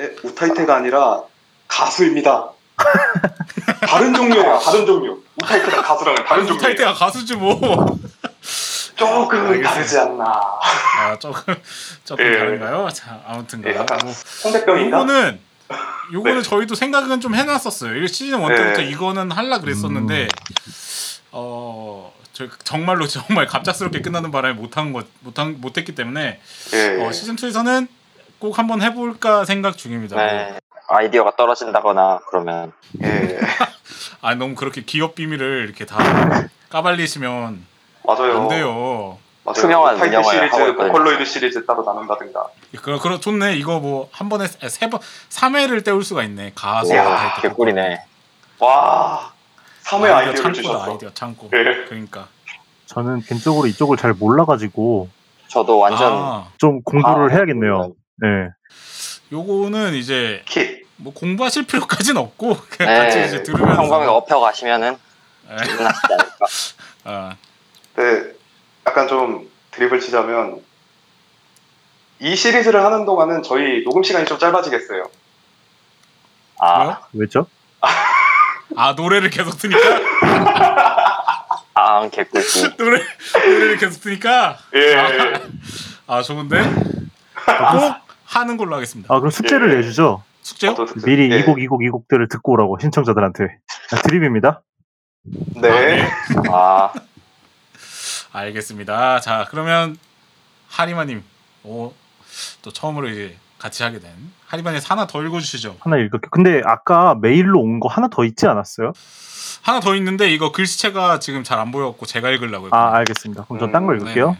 C: 예, 우타이테가 아니라 가수입니다. 다른 종류예요. 다른 종류. 우타이테랑 가수랑은 다른 종류.
A: 우타이테가 가수지 뭐.
C: 조금
A: 알겠어요.
C: 다르지 않나.
A: 아 조금 조금
C: 예.
A: 다른가요? 자 아무튼
C: 예,
A: 뭐
C: 약간 홍대병인가?
A: 요거는 요거는
C: 네.
A: 저희도 생각은 좀 해놨었어요. 이거 시즌 1 때부터
C: 네.
A: 이거는 할라 그랬었는데 어. 저 정말로 정말 갑작스럽게 끝나는 바람에 못한 것 못한 못했기 때문에
C: 예.
A: 어, 시즌 2에서는 꼭 한번 해볼까 생각 중입니다.
B: 네. 아이디어가 떨어진다거나 그러면
C: 예.
A: 아 너무 그렇게 기업 비밀을 이렇게 다 까발리시면
C: 맞아요.
A: 안 돼요.
C: 맞아요.
B: 투명한
C: 우타이테
B: 운영을
C: 시리즈,
B: 하고 있거든요.
C: 보컬로이드 시리즈 따로 나눈다든가.
A: 그, 그럼 좋네. 이거 뭐 한 번에 세 번, 3회를 때울 수가 있네. 가수.
B: 아, 이야 개꿀이네.
C: 와. 3회
A: 아이디어
C: 아이디어를
A: 창고다.
C: 주셨어.
A: 아이디어 창고.
C: 예.
A: 그러니까.
D: 저는 개인적으로 이쪽을 잘 몰라가지고
B: 저도 완전
A: 아,
D: 좀 공부를
B: 아,
D: 해야겠네요. 네.
A: 요거는 이제
C: 킷.
A: 뭐 공부하실 필요까진 없고 그냥 같이
B: 네.
A: 이제 들으면서
B: 형광에 엎혀 가시면은
A: 예.
B: 끝났지 않을까.
A: 아,
C: 네, 약간 좀 드립을 치자면 이 시리즈를 하는 동안은 저희 녹음 시간이 좀 짧아지겠어요.
B: 아,
A: 왜요?
D: 왜죠?
A: 아 노래를 계속 듣니까
B: 아 개꿀씨.
A: 노래 노래를 계속 듣니까
C: 예.
A: 아 좋은데 꼭 하는 걸로 하겠습니다.
D: 아 그럼 숙제를
C: 예.
D: 내주죠.
A: 숙제요?
D: 미리
C: 예.
D: 이 곡 이 곡 이 곡들을 듣고 오라고 신청자들한테 아, 드립입니다.
C: 네.
B: 아
A: 알겠습니다. 자 그러면 하리마님, 오, 또 처음으로 이제 같이 하게 된 하리마님 하나 더 읽어주시죠.
D: 하나 읽을게요. 근데 아까 메일로 온 거 하나 더 있지 않았어요?
A: 하나 더 있는데 이거 글씨체가 지금 잘 안 보여갖고 제가 읽으려고 했거든요.
D: 아 알겠습니다. 그럼 전 딴 거
C: 음,
D: 읽을게요.
A: 네.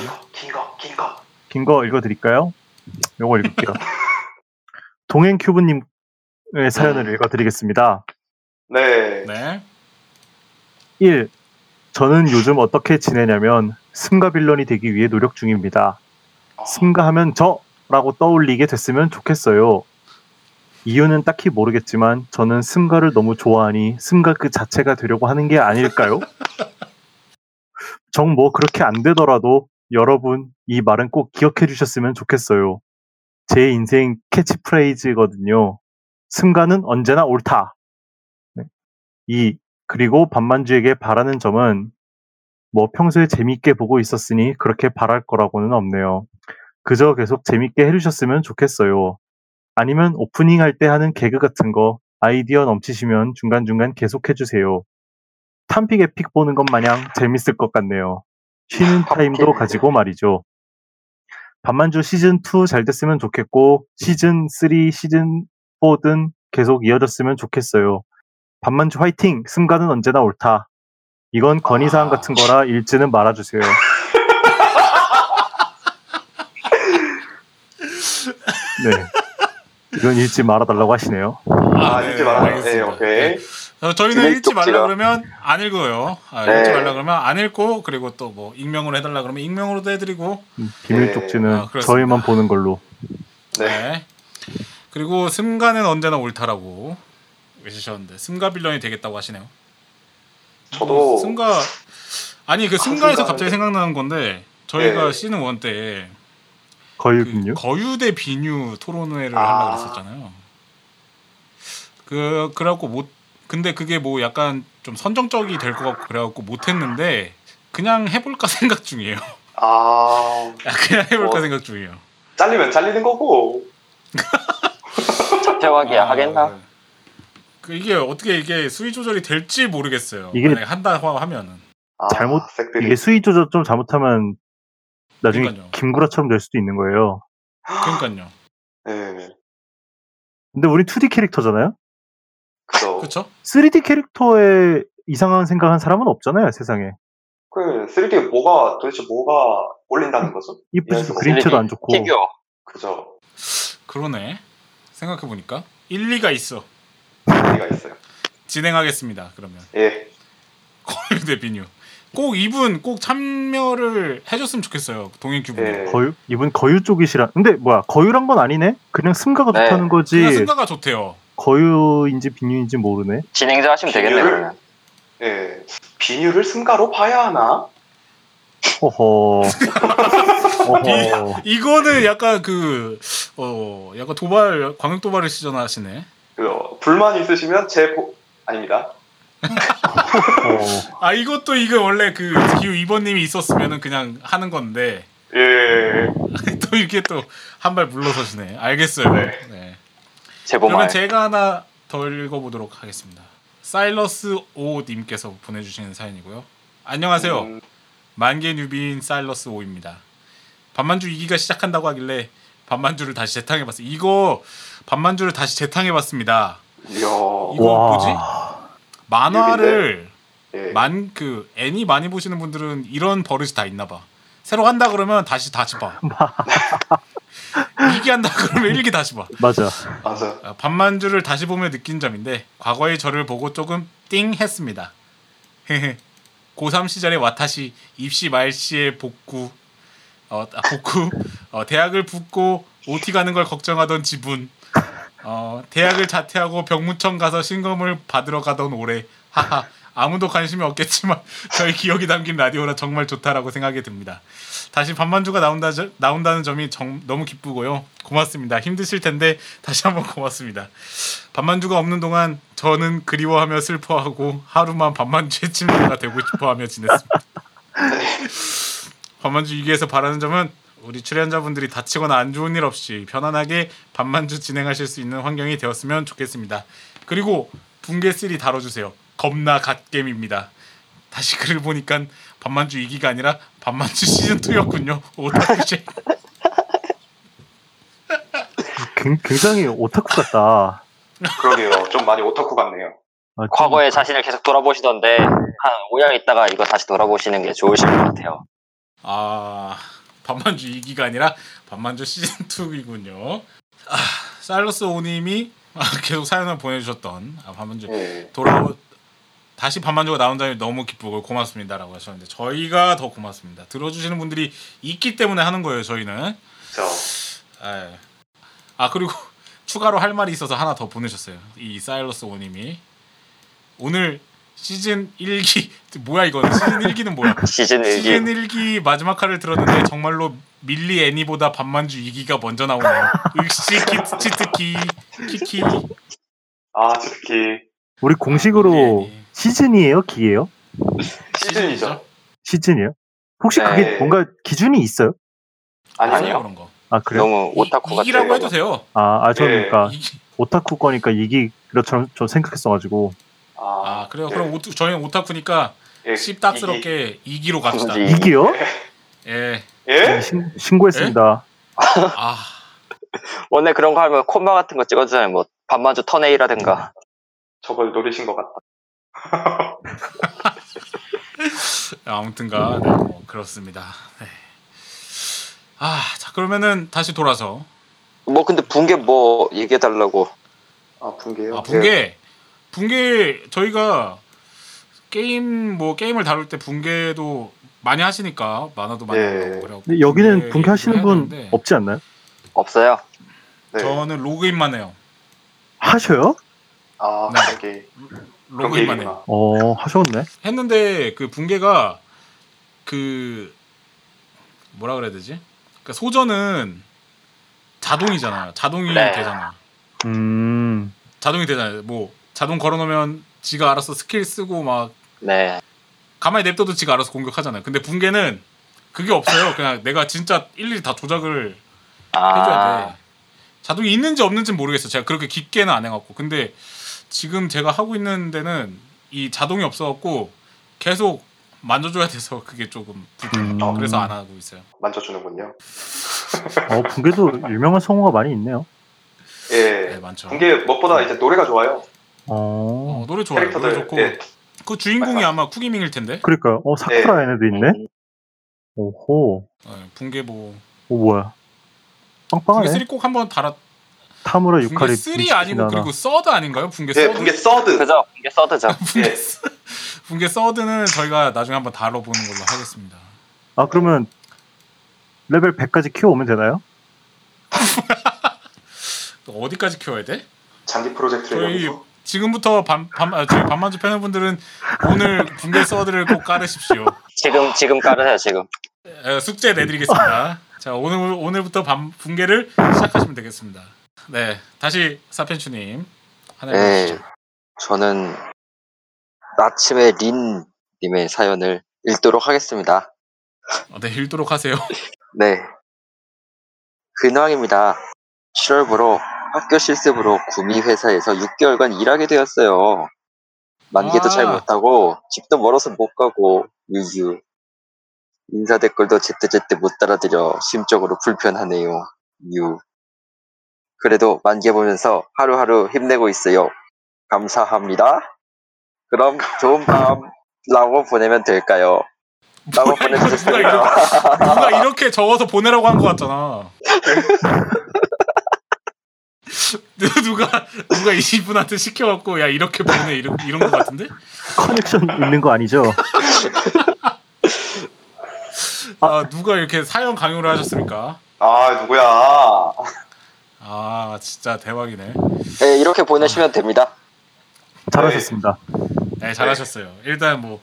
A: 네.
C: 긴거, 긴 거.
D: 긴 거 읽어드릴까요? 요거 읽을게요. 동행큐브님의 사연을 읽어드리겠습니다.
C: 네.
A: 네.
D: 1. 저는 요즘 어떻게 지내냐면 승가 빌런이 되기 위해 노력 중입니다. 승가하면 저라고 떠올리게 됐으면 좋겠어요. 이유는 딱히 모르겠지만 저는 승가를 너무 좋아하니 승가 그 자체가 되려고 하는 게 아닐까요? 정 뭐 그렇게 안 되더라도 여러분 이 말은 꼭 기억해 주셨으면 좋겠어요. 제 인생 캐치프레이즈거든요. 승가는 언제나 옳다. 네. 이 그리고 반만주에게 바라는 점은 뭐 평소에 재밌게 보고 있었으니 그렇게 바랄 거라고는 없네요. 그저 계속 재밌게 해주셨으면 좋겠어요. 아니면 오프닝 할 때 하는 개그 같은 거 아이디어 넘치시면 중간중간 계속 해주세요. 탐픽 에픽 보는 것 마냥 재밌을 것 같네요. 쉬는 타임도 가지고 말이죠. 반만주 시즌 2 잘 됐으면 좋겠고 시즌 3, 시즌 4든 계속 이어졌으면 좋겠어요. 반만주 화이팅! 승가는 언제나 옳다. 이건 건의사항
A: 아.
D: 같은 거라 일지는 말아주세요. 네. 이건 읽지 말아달라고 하시네요.
C: 아,
A: 네,
C: 읽지 말아요. 네,
A: 알겠습니다.
C: 오케이.
A: 네. 어, 저희는
B: 지금
A: 읽지 말라
B: 쪽지가-
A: 그러면 안 읽어요. 아,
B: 네.
A: 읽지 말라 그러면 안 읽고 그리고 또 뭐 익명으로 해달라 그러면 익명으로도 해드리고
D: 음, 비밀
C: 네.
D: 쪽지는
A: 아, 그렇습니다.
D: 저희만 보는 걸로.
A: 네. 그리고 승가는 언제나 옳다라고 계셨는데 승가 빌런이 되겠다고 하시네요. 뭐
C: 저도
A: 승가 아니 그 승가에서
C: 승가는-
A: 갑자기 생각나는 건데 저희가
C: 네.
A: 시즌 1때
D: 거의
A: 그
D: 분류.
A: 거유대 비뉴 토론회를
C: 아.
A: 하려고 했었잖아요. 그 그래갖고 못 근데 그게 뭐 약간 좀 선정적이 될 것 같고 그래갖고 못했는데 그냥 해볼까 생각 중이에요.
C: 아
A: 그냥 해볼까
C: 뭐.
A: 생각 중이에요.
C: 잘리면 잘리는 거고
B: 자퇴하게
A: 아,
B: 하겠나?
A: 네. 그 이게 어떻게 이게 수위 조절이 될지 모르겠어요. 네,
D: 이게-
A: 만약에 한다고 하면은
C: 아,
D: 잘못-
C: 색들이
D: 이게 수위 조절 좀 잘못하면 나중에
A: 그러니까요.
D: 김구라처럼 될 수도 있는 거예요.
A: 그러니까요.
C: 예
D: 근데 우리 2D 캐릭터잖아요.
C: 그래서
A: 그렇죠?
D: 3D 캐릭터에 이상한 생각한 사람은 없잖아요, 세상에.
C: 그 3D 뭐가 도대체 뭐가 올린다는 거죠?
D: 이쁘지도
C: 그래서
D: 그림체도 안 좋고.
B: 피규어.
C: 그죠?
A: 그러네. 생각해 보니까 일리가 있어.
C: 의미가 있어요.
A: 진행하겠습니다. 그러면
C: 예.
A: 거유대 비뉴. 꼭 이분 꼭 참여를 해줬으면 좋겠어요. 동행 규분.
C: 예.
D: 거유 이분 거유 쪽이시라. 근데 뭐야 거유란 건 아니네. 그냥 승가가
B: 네.
D: 좋다는
A: 그냥
D: 거지.
A: 승가가 좋대요.
D: 거유인지 비뉴인지 모르네.
B: 진행자 하시면 되겠네
C: 비율을?
B: 그러면.
C: 예. 비뉴를 승가로 봐야 하나?
D: 허허. 어허.
A: 이거는 약간 그 어, 약간 도발 광역 도발을 시전하시네.
C: 그죠? 불만 있으시면 제 보... 아닙니다.
D: 어.
A: 아 이것도 이게 원래 그 기우 2번님이 있었으면은 그냥 하는 건데
C: 예.
A: 또 이렇게 또 한 발 물러서시네. 알겠어요.
C: 네.
A: 네. 그러면
C: 뭐
B: 제보말.
A: 제가 하나 더 읽어보도록 하겠습니다. 사일러스 오 님께서 보내주시는 사연이고요. 안녕하세요.
C: 음,
A: 만개 뉴비인 사일러스 오입니다 반만주 2기가 시작한다고 하길래 반만주를 다시 재탕해봤어요. 이거 반만주를 다시 재탕해봤습니다.
C: 이야.
A: 이거 뭐지? 만화를
C: 예.
A: 만 그 애니 많이 보시는 분들은 이런 버릇이 다 있나봐. 새로 한다 그러면 다시 다시 봐. 2기 한다 그러면 1기 다시 봐.
D: 맞아.
C: 맞아.
A: 아, 반만주를 다시 보며 느낀 점인데 과거의 저를 보고 조금 띵 했습니다. 고3 시절의 와타시 입시 말시의 복구 어, 아, 복구 어, 대학을 붙고 OT 가는 걸 걱정하던 지분 어, 대학을 자퇴하고 병무청 가서 신검을 받으러 가던 올해 하하 아무도 관심이 없겠지만 저희 기억이 담긴 라디오라 정말 좋다라고 생각이 듭니다. 다시 반만주가 나온다, 나온다는 점이 정- 너무 기쁘고요. 고맙습니다. 힘드실 텐데 다시 한번 고맙습니다. 반만주가 없는 동안 저는 그리워하며 슬퍼하고 하루만 반만주의 친구가 되고 싶어하며 지냈습니다. 반만주 위기에서 바라는 점은 우리 출연자분들이 다치거나 안 좋은 일 없이 편안하게 반만주 진행하실 수 있는 환경이 되었으면 좋겠습니다. 그리고 붕괴 3 다뤄주세요. 겁나 갓겜입니다. 다시 글을 보니까 반만주 2기가 아니라 반만주 시즌 2였군요. 오타쿠시.
D: 굉- 굉장히 오타쿠 같다.
C: 그러게요. 좀 많이 오타쿠 같네요.
D: 아, 좀-
B: 과거의 자신을 계속 돌아보시던데 한 5년 있다가 이거 다시 돌아보시는 게 좋으실 것 같아요.
A: 아 반만주 2기가 아니라 반만주 시즌 2이군요. 아 살로스 오님이 아, 계속 사연을 보내주셨던 아, 반만주
C: 예.
A: 돌아오 다시 반만주가 나온 점이 너무 기쁘고 고맙습니다라고 하셨는데 저희가 더 고맙습니다. 들어주시는 분들이 있기 때문에 하는 거예요. 저희는
C: 저
A: 예. 아 그리고 추가로 할 말이 있어서 하나 더 보내셨어요. 이 사일러스 오님이 오늘 시즌 1기 뭐야 이거는 시즌 1기는 뭐야?
B: 시즌
A: 시즌
B: 1기
A: 1기 마지막 화를 들었는데 정말로 밀리 애니보다 반만주 2기가 먼저 나오네요. 역시 키- 치트키 키키
C: 아, 특히
D: 우리
A: 아,
D: 공식으로
A: 예, 예.
D: 시즌이에요, 기예요?
C: 시즌이죠.
D: 시즌이에요? 혹시
B: 네.
D: 그게 뭔가 기준이 있어요?
A: 아니요
B: 아니요.
A: 그런 거.
D: 아 그래요?
B: 너무 오타쿠 같아요. 뭐
A: 2기라고 해도 돼요.
D: 아, 아 저는
C: 네.
D: 그러니까
A: 이기-
D: 오타쿠 거니까 이기 그렇처럼 저 생각했어가지고
C: 아,
A: 아 그래요.
C: 예.
A: 그럼 오투, 저희는 오타쿠니까
C: 예.
A: 씹딱스럽게 2기로 갑시다.
B: 이기.
D: 이기요?
A: 예.
C: 예?
D: 신, 신고했습니다.
A: 아
B: 원래 그런 거 하면 콤마 같은 거 찍어주잖아요. 뭐 반만주 턴 A라든가.
C: 저걸 노리신 것 같다.
A: 아무튼가 네, 뭐 그렇습니다. 네. 아자 그러면은 다시 돌아서
B: 뭐 근데 붕괴 뭐 얘기해달라고.
C: 아, 붕괴요?
A: 아
C: 예.
A: 붕괴 붕괴 저희가 게임 뭐 게임을 다룰 때 붕괴도 많이 하시니까 만화도 많이
C: 예.
A: 하고 그래요.
D: 근데 여기는
A: 붕괴
D: 분쾌하시는
A: 얘기를 예,
D: 분
A: 해야 되는데
D: 없지 않나요?
B: 없어요.
C: 네.
A: 저는 로그인만 해요.
D: 하셔요?
C: 아,
A: 네.
C: 저기. 그런 게
A: 로그인만 해.
C: 있구나.
D: 어, 하셨네.
A: 했는데 그 붕괴가 그 뭐라 그래야 되지? 그러니까 소전은 자동이잖아요. 자동이
B: 네.
A: 되잖아.
D: 음,
A: 자동이 되잖아요. 뭐 자동 걸어놓으면 지가 알아서 스킬 쓰고 막
B: 네.
A: 가만히 냅둬도 지가 알아서 공격하잖아요. 근데 붕괴는 그게 없어요. 그냥 내가 진짜 일일이 다 조작을 해줘야
B: 아,
A: 돼. 자동이 있는지 없는지는 모르겠어. 제가 그렇게 깊게는 안 해갖고. 근데 지금 제가 하고 있는 데는 이 자동이 없어갖고 계속 만져줘야 돼서 그게 조금 불편해요.
D: 음.
A: 그래서 안 하고 있어요.
C: 만져주는군요.
D: 어, 붕괴도 유명한 성우가 많이 있네요.
A: 네,
C: 예.
A: 많죠.
C: 그게 무엇보다 이제 노래가 좋아요.
A: 어,
D: 어,
A: 노래 좋아요. 노래
C: 캐릭터들.
A: 좋고.
C: 예.
A: 그 주인공이 아마 쿠기밍일 텐데.
D: 그러니까요. 어, 사쿠라 얘네도 있네?
B: 음,
D: 오호.
A: 예, 붕괴 뭐.
D: 오, 뭐야.
A: 붕괴
D: 아, 빵빵하네.
A: 3 꼭 한번 달았.
D: 타무라
A: 붕괴
D: 유카리.
A: 3 아니고 그리고 서드 아닌가요? 붕괴
C: 예,
A: 서드.
C: 붕괴 예. 서드.
B: 그죠? 이게 써드죠.
A: 붕괴 스- 붕괴 서드는 저희가 나중에 한번 다뤄보는 걸로 하겠습니다.
D: 아, 그러면 레벨 100까지 키워오면 되나요?
A: 어디까지 키워야 돼?
C: 장기 프로젝트를
A: 저희
C: 여기서. 지금
A: 지금부터 밤, 밤, 아, 저희 밤만주 팬분들은 오늘 붕괴 서드를 꼭 깔으십시오.
B: 지금, 지금 깔으세요, 지금.
A: 에, 숙제 내드리겠습니다. 자 오늘 오늘부터 밤 붕괴를 시작하시면 되겠습니다. 네 다시 사펜추님 하나
B: 네,
A: 해주시죠.
B: 저는 아침에 린 님의 사연을 읽도록 하겠습니다.
A: 어, 네 읽도록 하세요.
B: 네. 근황입니다. 7월부로 학교 실습으로 구미 회사에서 6개월간 일하게 되었어요. 만개도
A: 아.
B: 잘 못하고 집도 멀어서 못 가고 유유. 인사 댓글도 제때제때 못 따라드려 심적으로 불편하네요. 유. 그래도 만개 보면서 하루하루 힘내고 있어요. 감사합니다. 그럼 좋은 밤라고 보내면 될까요? 라고
A: 뭐야, 이거 누가,
B: 보내주셨습니다.
A: 이렇게, 누가 이렇게 적어서 보내라고 한 것 같잖아. 누가 누가 이분한테 시켜갖고 야 이렇게 보내 이런 이런 것 같은데?
D: 커넥션 있는 거 아니죠?
A: 아 누가 이렇게 사연 강요를 하셨습니까?
C: 아, 누구야.
A: 아 진짜 대박이네.
B: 네, 이렇게 보내시면 됩니다.
D: 잘하셨습니다.
A: 네 잘하셨어요. 일단 뭐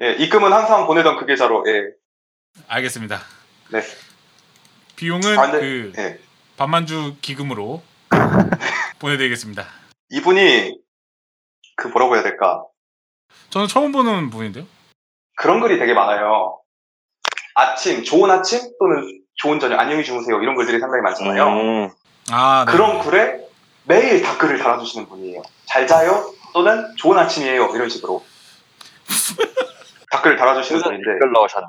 C: 예, 입금은 항상 보내던 그 계좌로. 예.
A: 알겠습니다.
C: 네.
A: 비용은
C: 아, 네.
A: 그
C: 예.
A: 반만주 기금으로 보내드리겠습니다.
C: 이분이 그 뭐라고 해야 될까?
A: 저는 처음 보는 분인데요.
C: 그런 글이 되게 많아요. 아침, 좋은 아침 또는 좋은 저녁, 안녕히 주무세요. 이런 글들이 상당히 많잖아요.
B: 음,
A: 아 네.
C: 그런 글에 매일 댓글을 달아주시는 분이에요. 잘 자요 또는 좋은 아침이에요. 이런 식으로. 댓글을 달아주시는
B: 그래서
C: 분인데.
B: 댓글 넣으셨네.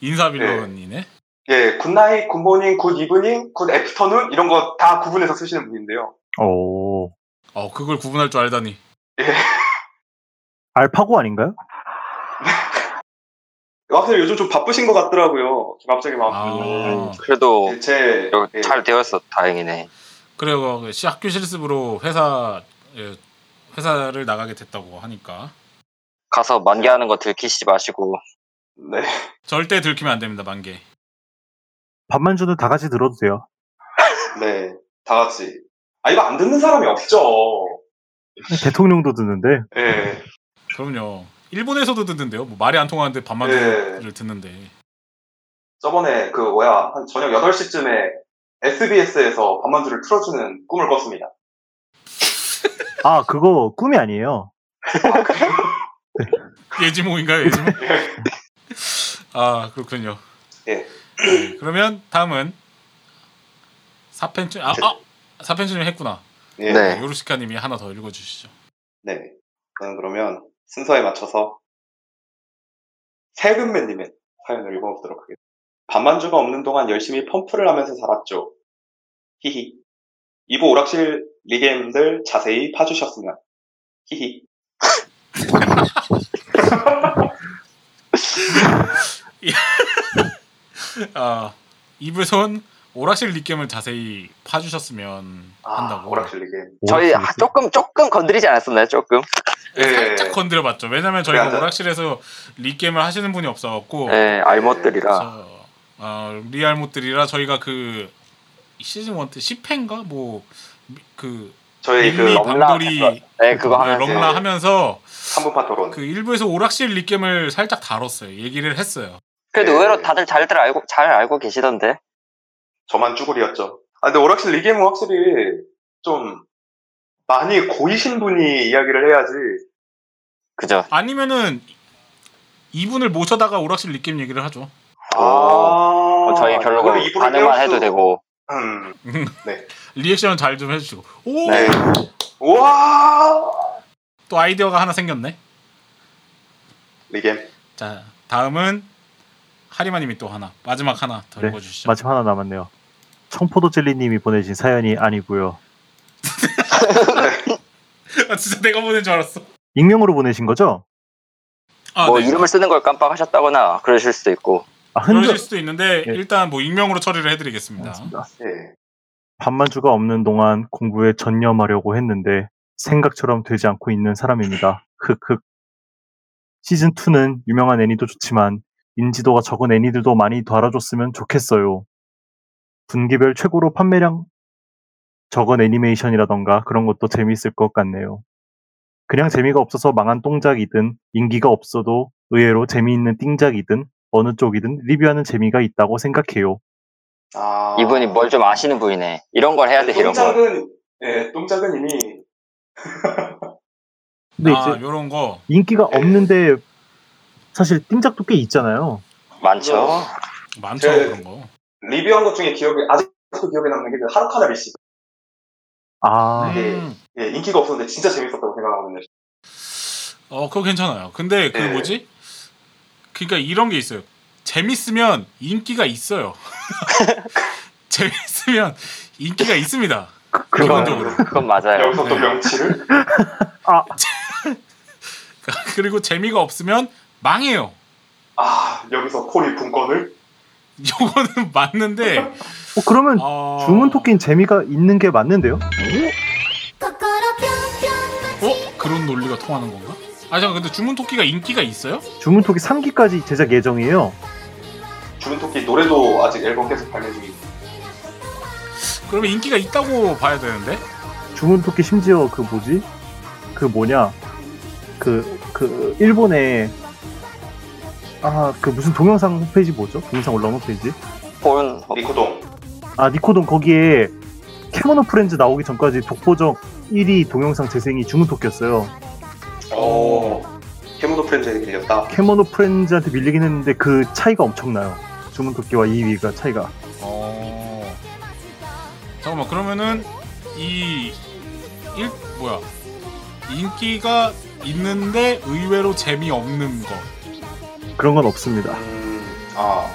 A: 인사빌런이네.
C: 예, 굿나잇, 굿모닝, 굿이브닝, 굿애프터눈 이런 거 다 구분해서 쓰시는 분인데요.
D: 오.
A: 어 그걸 구분할 줄 알다니.
D: 알파고 아닌가요?
C: 갑자기 요즘 좀 바쁘신 것 같더라고요. 갑자기 막.
A: 아
B: 그래도
C: 예, 제,
B: 여기
C: 예,
B: 잘 되었어 다행이네.
A: 그래요. 시- 학교 실습으로 회사 예, 회사를 나가게 됐다고 하니까
B: 가서 만개하는 거 들키시지 마시고
C: 네.
A: 절대 들키면 안 됩니다. 만개.
D: 밥만 주는 다 같이 들어도 돼요.
C: 네, 다 같이. 아, 이거 안 듣는 사람이 없죠.
D: 대통령도 듣는데.
C: 예.
A: 그럼요. 일본에서도 듣는데요. 뭐 말이 안 통하는데
C: 네.
A: 반만주를 듣는데.
C: 저번에 그, 뭐야, 한 저녁 8시쯤에 SBS에서 밤만주를 틀어주는 꿈을 꿨습니다.
D: 아, 그거 꿈이 아니에요.
A: 예지몽인가요, 예지몽? 아 그렇군요.
C: 예.
A: 네, 그러면 다음은 사펜춘 아, 아 사펜춘님 했구나.
C: 예.
B: 네.
A: 요루시카님이 하나 더 읽어주시죠.
C: 네. 저는 그러면 순서에 맞춰서 세금맨님의 사연을 읽어보도록 하겠습니다. 반만주가 없는 동안 열심히 펌프를 하면서 살았죠. 히히. 이부 오락실 리게임들 자세히 파주셨으면. 히히.
A: 아 이불 손 오락실 리겜을 자세히 파주셨으면 아, 한다고.
C: 아, 오락실 리게임.
D: 오,
B: 저희
D: 재밌어.
B: 조금 조금 건드리지 않았었나요? 조금.
A: 살짝
C: 네.
A: 건드려봤죠. 왜냐면 저희가
C: 그래야죠.
A: 오락실에서 리겜을 하시는 분이 없어갖고
B: 네 알못들이라.
A: 그래서, 어, 리알못들이라 저희가 그 시즌 1때 10회인가 뭐 그
C: 저희 그
A: 릴리
B: 럼라
A: 방돌이
B: 네, 그거
A: 네,
B: 하면서
A: 럼라 하면서
C: 3분파 토론.
A: 그 일부에서 오락실 리겜을 살짝 다뤘어요. 얘기를 했어요.
B: 그래도 의외로 다들 잘들 알고 잘 알고 계시던데.
C: 저만 쭈구리였죠. 아, 근데 오락실 리게임은 확실히 좀 많이 고이신 분이 이야기를 해야지.
B: 그죠?
A: 아니면은 이분을 모셔다가 오락실 리겜 얘기를 하죠.
B: 아. 어, 저희 별로
C: 아, 그걸
B: 그
C: 입으로
B: 반응만
C: 때울
B: 해도
C: 수-
B: 되고.
C: 음.
A: 리액션 잘 좀 해주시고. 오!
B: 네.
C: 우와!
A: 또 아이디어가 하나 생겼네.
C: 리게임.
A: 자, 다음은 하리마님이 또 하나 마지막 하나 더
D: 네,
A: 읽어주시죠.
D: 마침 하나 남았네요. 청포도 젤리님이 보내신 사연이 아니고요.
A: 아, 진짜 내가 보낸 줄 알았어.
D: 익명으로 보내신 거죠?
A: 아,
B: 뭐
A: 네.
B: 이름을 쓰는 걸 깜빡하셨다거나 그러실 수도 있고.
D: 아, 흔적
A: 그러실 수도 있는데
D: 네.
A: 일단 뭐 익명으로 처리를 해드리겠습니다.
D: 알겠습니다.
C: 예.
D: 반만주가 없는 동안 공부에 전념하려고 했는데 생각처럼 되지 않고 있는 사람입니다. 흑흑. 시즌 2는 유명한 애니도 좋지만 인지도가 적은 애니들도 많이 달아줬으면 좋겠어요. 분기별 최고로 판매량 적은 애니메이션이라던가 그런 것도 재미있을 것 같네요. 그냥 재미가 없어서 망한 똥작이든 인기가 없어도 의외로 재미있는 띵작이든 어느 쪽이든 리뷰하는 재미가 있다고 생각해요.
C: 아.
B: 이분이 뭘 좀 아시는 분이네. 이런 걸 해야 돼 이런 걸.
C: 똥작은, 예, 똥작은 이미,
D: 근데
A: 아,
D: 이제
A: 요런 거.
D: 인기가 없는데 사실 띵작도 꽤 있잖아요.
B: 많죠.
A: 많죠
C: 제-
A: 그런 거.
C: 리뷰한 것 중에 기억에, 아직도 기억에 남는 게그 하루카나 리시.
D: 아,
C: 네.
A: 음.
C: 예, 인기가 없었는데 진짜 재밌었다고 생각하거든요.
A: 어 그거 괜찮아요. 근데 그
C: 네.
A: 뭐지? 그러니까 이런 게 있어요. 재밌으면 인기가 있어요. 재밌으면 인기가 있습니다. 기본적으로.
B: 그건 맞아요.
C: 여기서 또
A: 네.
C: 명치를.
A: 그리고 재미가 없으면 망해요.
C: 아, 여기서 코리 분권을.
A: 요거는 맞는데
D: 어, 그러면
A: 어...
D: 주문 토끼는 재미가 있는 게 맞는데요?
E: 心ぴょんぴょん
A: 어? 그런 논리가 통하는 건가? 아 잠깐 근데 주문 토끼가 인기가 있어요?
D: 주문 토끼 3기까지 제작 예정이에요.
C: 주문 토끼 노래도 아직 앨범 계속 발매 중이고.
A: 그러면 인기가 있다고 봐야 되는데
D: 주문 토끼 심지어 그 뭐지? 그 뭐냐? 그, 그, 일본에 아, 그 무슨 동영상 홈페이지 뭐죠? 동영상 올라온 홈페이지?
B: 본
C: 니코동.
D: 아, 니코동 거기에 캐모노 프렌즈 나오기 전까지 독보적 1위 동영상 재생이 주문 토끼였어요.
C: 오. 어. 캐모노 프렌즈에게 밀렸다.
D: 캐모노 프렌즈한테 밀리긴 했는데 그 차이가 엄청나요. 주문 토끼와 2위가 차이가.
A: 어... 잠깐만 그러면은 이... 일... 뭐야 인기가 있는데 의외로 재미없는 거
D: 그런 건 없습니다.
C: 음, 아.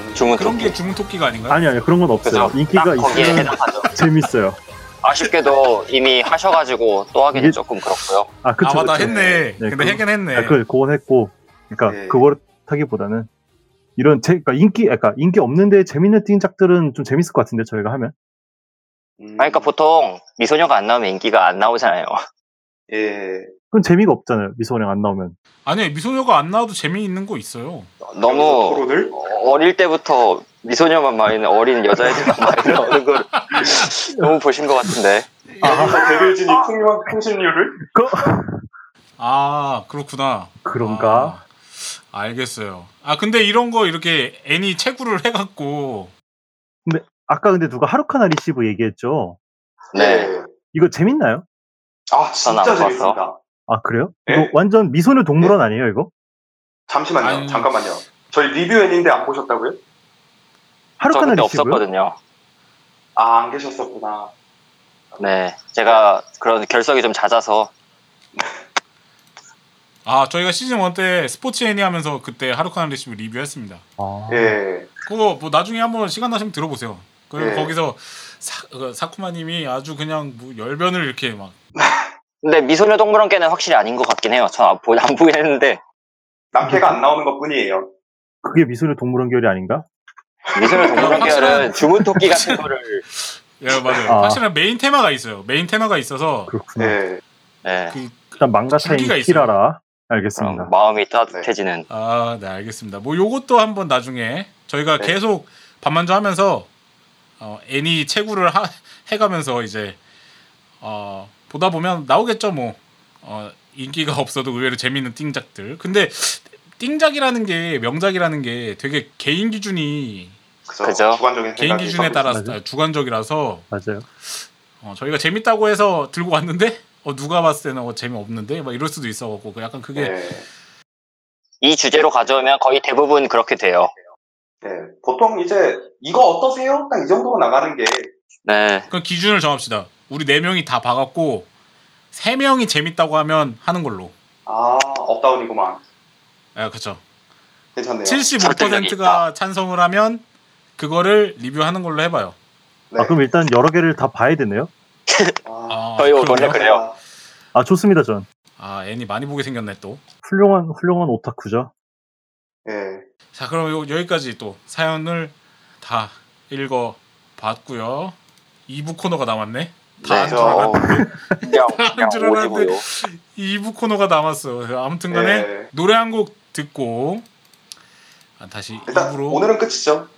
C: 저는
B: 주문
A: 그런
B: 토끼.
A: 게 주문 토끼가 아닌가요?
D: 아니 아니 그런 건 없어요.
B: 그죠?
D: 인기가
B: 딱 거기에
D: 있으면
B: 해당하죠.
D: 재밌어요.
B: 아쉽게도 이미 하셔가지고 또 하기는
D: 이게-
B: 조금 그렇고요.
C: 음.
D: 아 그쵸
A: 아 맞다
D: 그쵸.
A: 했네
D: 네,
A: 근데
D: 그-
A: 해긴 했네
D: 아, 그 그건 했고, 그러니까
C: 네.
D: 그걸 하기보다는 이런 제, 그러니까 인기, 그러니까 인기 없는데 재밌는 띵작들은 좀 재밌을 것 같은데 저희가 하면.
C: 음,
B: 아니, 그러니까 보통 미소녀가 안 나오면 인기가 안 나오잖아요.
C: 예.
D: 그럼 재미가 없잖아요. 미소녀 안 나오면.
A: 아니 미소녀가 안 나와도 재미있는 거 있어요
C: 여기서
B: 너무
C: 토론을
B: 어릴 때부터 미소녀만 많이 나- 어린 여자애들만 많이 나오는 걸 너무 보신 것 같은데.
C: 여기서 아,
B: 아,
C: 데빌진이 풍요한 풍신류를
A: 아 그렇구나
D: 그런가?
A: 아, 알겠어요 아 근데 이런 거 이렇게 애니 채굴을 해갖고
D: 아... 까 근데 누가 하루카나 리시브 얘기했죠.
B: 네.
C: 예.
D: 이거 재밌나요?
C: 아
B: 저는
C: 진짜
B: 안
C: 재밌습니다.
D: 아 그래요?
B: 네.
C: 예?
D: 이거 완전 미소녀 동물원 아니에요 이거?
C: 잠시만요.
A: 아니.
C: 잠깐만요. 저희 리뷰 엔인데 안 보셨다고요?
B: 저
D: 하루카나
B: 그때
D: 리시브?
B: 없었거든요.
C: 아, 안 계셨었구나.
B: 네. 제가 그런 결석이 좀 잦아서.
A: 아 저희가 시즌 1 때 스포츠 애니 하면서 그때 하루카나 리시브 리뷰했습니다
D: 아,
C: 예.
A: 그거 뭐 나중에 한번 시간 나시면 들어보세요. 그리고
C: 예.
A: 거기서 사, 그 사쿠마님이 아주 그냥 뭐 열변을 이렇게 막
B: 근데 미소녀 동물원께는 확실히 아닌 것 같긴 해요. 전안 안 보긴 했는데.
C: 남캐가 안 나오는 것 뿐이에요.
D: 그게 미소녀 동물원 결이 아닌가?
B: 미소녀 동물원께는
A: 확실한-
B: 주문토끼 같은 거를.
A: 예 맞아요.
D: 아.
A: 확실한 메인 테마가 있어요. 메인 테마가 있어서
D: 그렇구나.
C: 예.
B: 네.
A: 그
D: 일단 망가타인
A: 줄기가 있어요.
D: 키라라. 알겠습니다.
B: 그럼 마음이 따뜻해지는.
A: 아, 네, 알겠습니다. 뭐 요것도 한번 나중에 저희가
C: 네.
A: 계속 반만조 하면서 어, 애니 채굴을 하, 해가면서 이제 어, 보다 보면 나오겠죠 뭐 어, 인기가 없어도 의외로 재밌는 띵작들. 근데 띵작이라는 게 명작이라는 게 되게 개인 기준이
C: 그죠.
B: 그죠.
C: 주관적인
A: 개인
C: 생각이
A: 기준에
C: 섞여
A: 따라서
D: 맞아요.
A: 주관적이라서
D: 맞아요.
A: 어, 저희가 재밌다고 해서 들고 왔는데 어, 누가 봤을 때는 어, 재미없는데 막 이럴 수도 있어갖고 그 약간
C: 있어요.
A: 그게
C: 예.
B: 이 주제로 가져오면 거의 대부분 그렇게 돼요.
C: 예. 보통 이제 이거 어떠세요? 딱 이 정도로 나가는 게
B: 네.
A: 그 기준을 정합시다. 우리 네 명이 다 봐갖고 세 명이 재밌다고 하면 하는 걸로.
C: 아, 업다운이구만.
A: 아 그렇죠.
C: 괜찮네요.
A: 75%가 찬성을 하면 그거를 리뷰하는 걸로 해봐요.
C: 네.
D: 아, 그럼 일단 여러 개를 다 봐야 되네요?
C: 아,
A: 아,
B: 저희
A: 그러네요.
B: 원래 그래요.
D: 아, 좋습니다, 전.
A: 아 애니 많이 보게 생겼네 또.
D: 훌륭한, 훌륭한 오타쿠죠.
C: 예.
A: 자 그럼 요- 여기까지 또 사연을 다 읽어 봤고요. 2부 코너가 남았네. 다
C: 네, 저-
A: 돌아간-
B: 그냥, 그냥
A: 줄 알았는데.
B: 오지고요.
A: 2부 코너가 남았어. 아무튼간에
C: 예.
A: 노래 한 곡 듣고 아, 다시
C: 일단
A: 2부로.
C: 오늘은 끝이죠.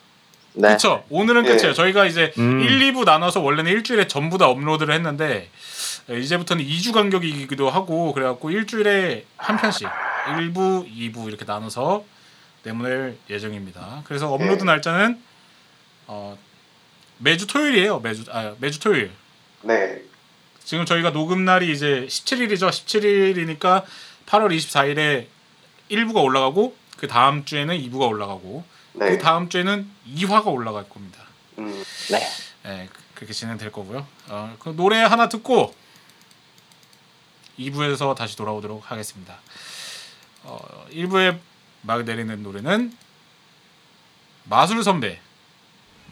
B: 네.
A: 그렇죠. 오늘은 끝이에요.
C: 예.
A: 저희가 이제
D: 음.
A: 1, 2부 나눠서 원래는 일주일에 전부 다 업로드를 했는데 에, 이제부터는 2주 간격이기도 하고 그래갖고 일주일에 한 편씩 1부, 2부 이렇게 나눠서 내보낼 예정입니다. 그래서 업로드
C: 예.
A: 날짜는 어, 매주 토요일이에요. 매주 아 매주 토요일.
C: 네.
A: 지금 저희가 녹음 날이 이제 17일이죠. 17일이니까 8월 24일에 1부가 올라가고 그 다음 주에는 2부가 올라가고
C: 네.
A: 그 다음 주에는 2화가 올라갈 겁니다.
C: 음.
B: 네.
A: 예, 그- 그렇게 진행될 거고요. 어, 그 노래 하나 듣고 2부에서 다시 돌아오도록 하겠습니다. 어, 1부에 막 내리는 노래는 마술 선배.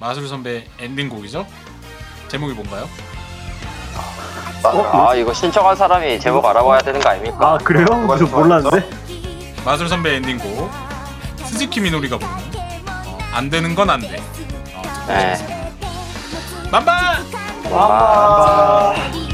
A: 마술 선배 엔딩곡이죠. 제목이 뭔가요?
B: 아, 이거 신청한 사람이 제목 알아봐야 되는 거 아닙니까?
D: 아, 그래요? 저 몰랐는데?
A: 마술 선배 엔딩곡. 스즈키 미노리가 부르는 어, 안 되는 건 안 돼. 어, 듣고
B: 네.
A: 싶습니다. 만반!
C: 아.
E: 이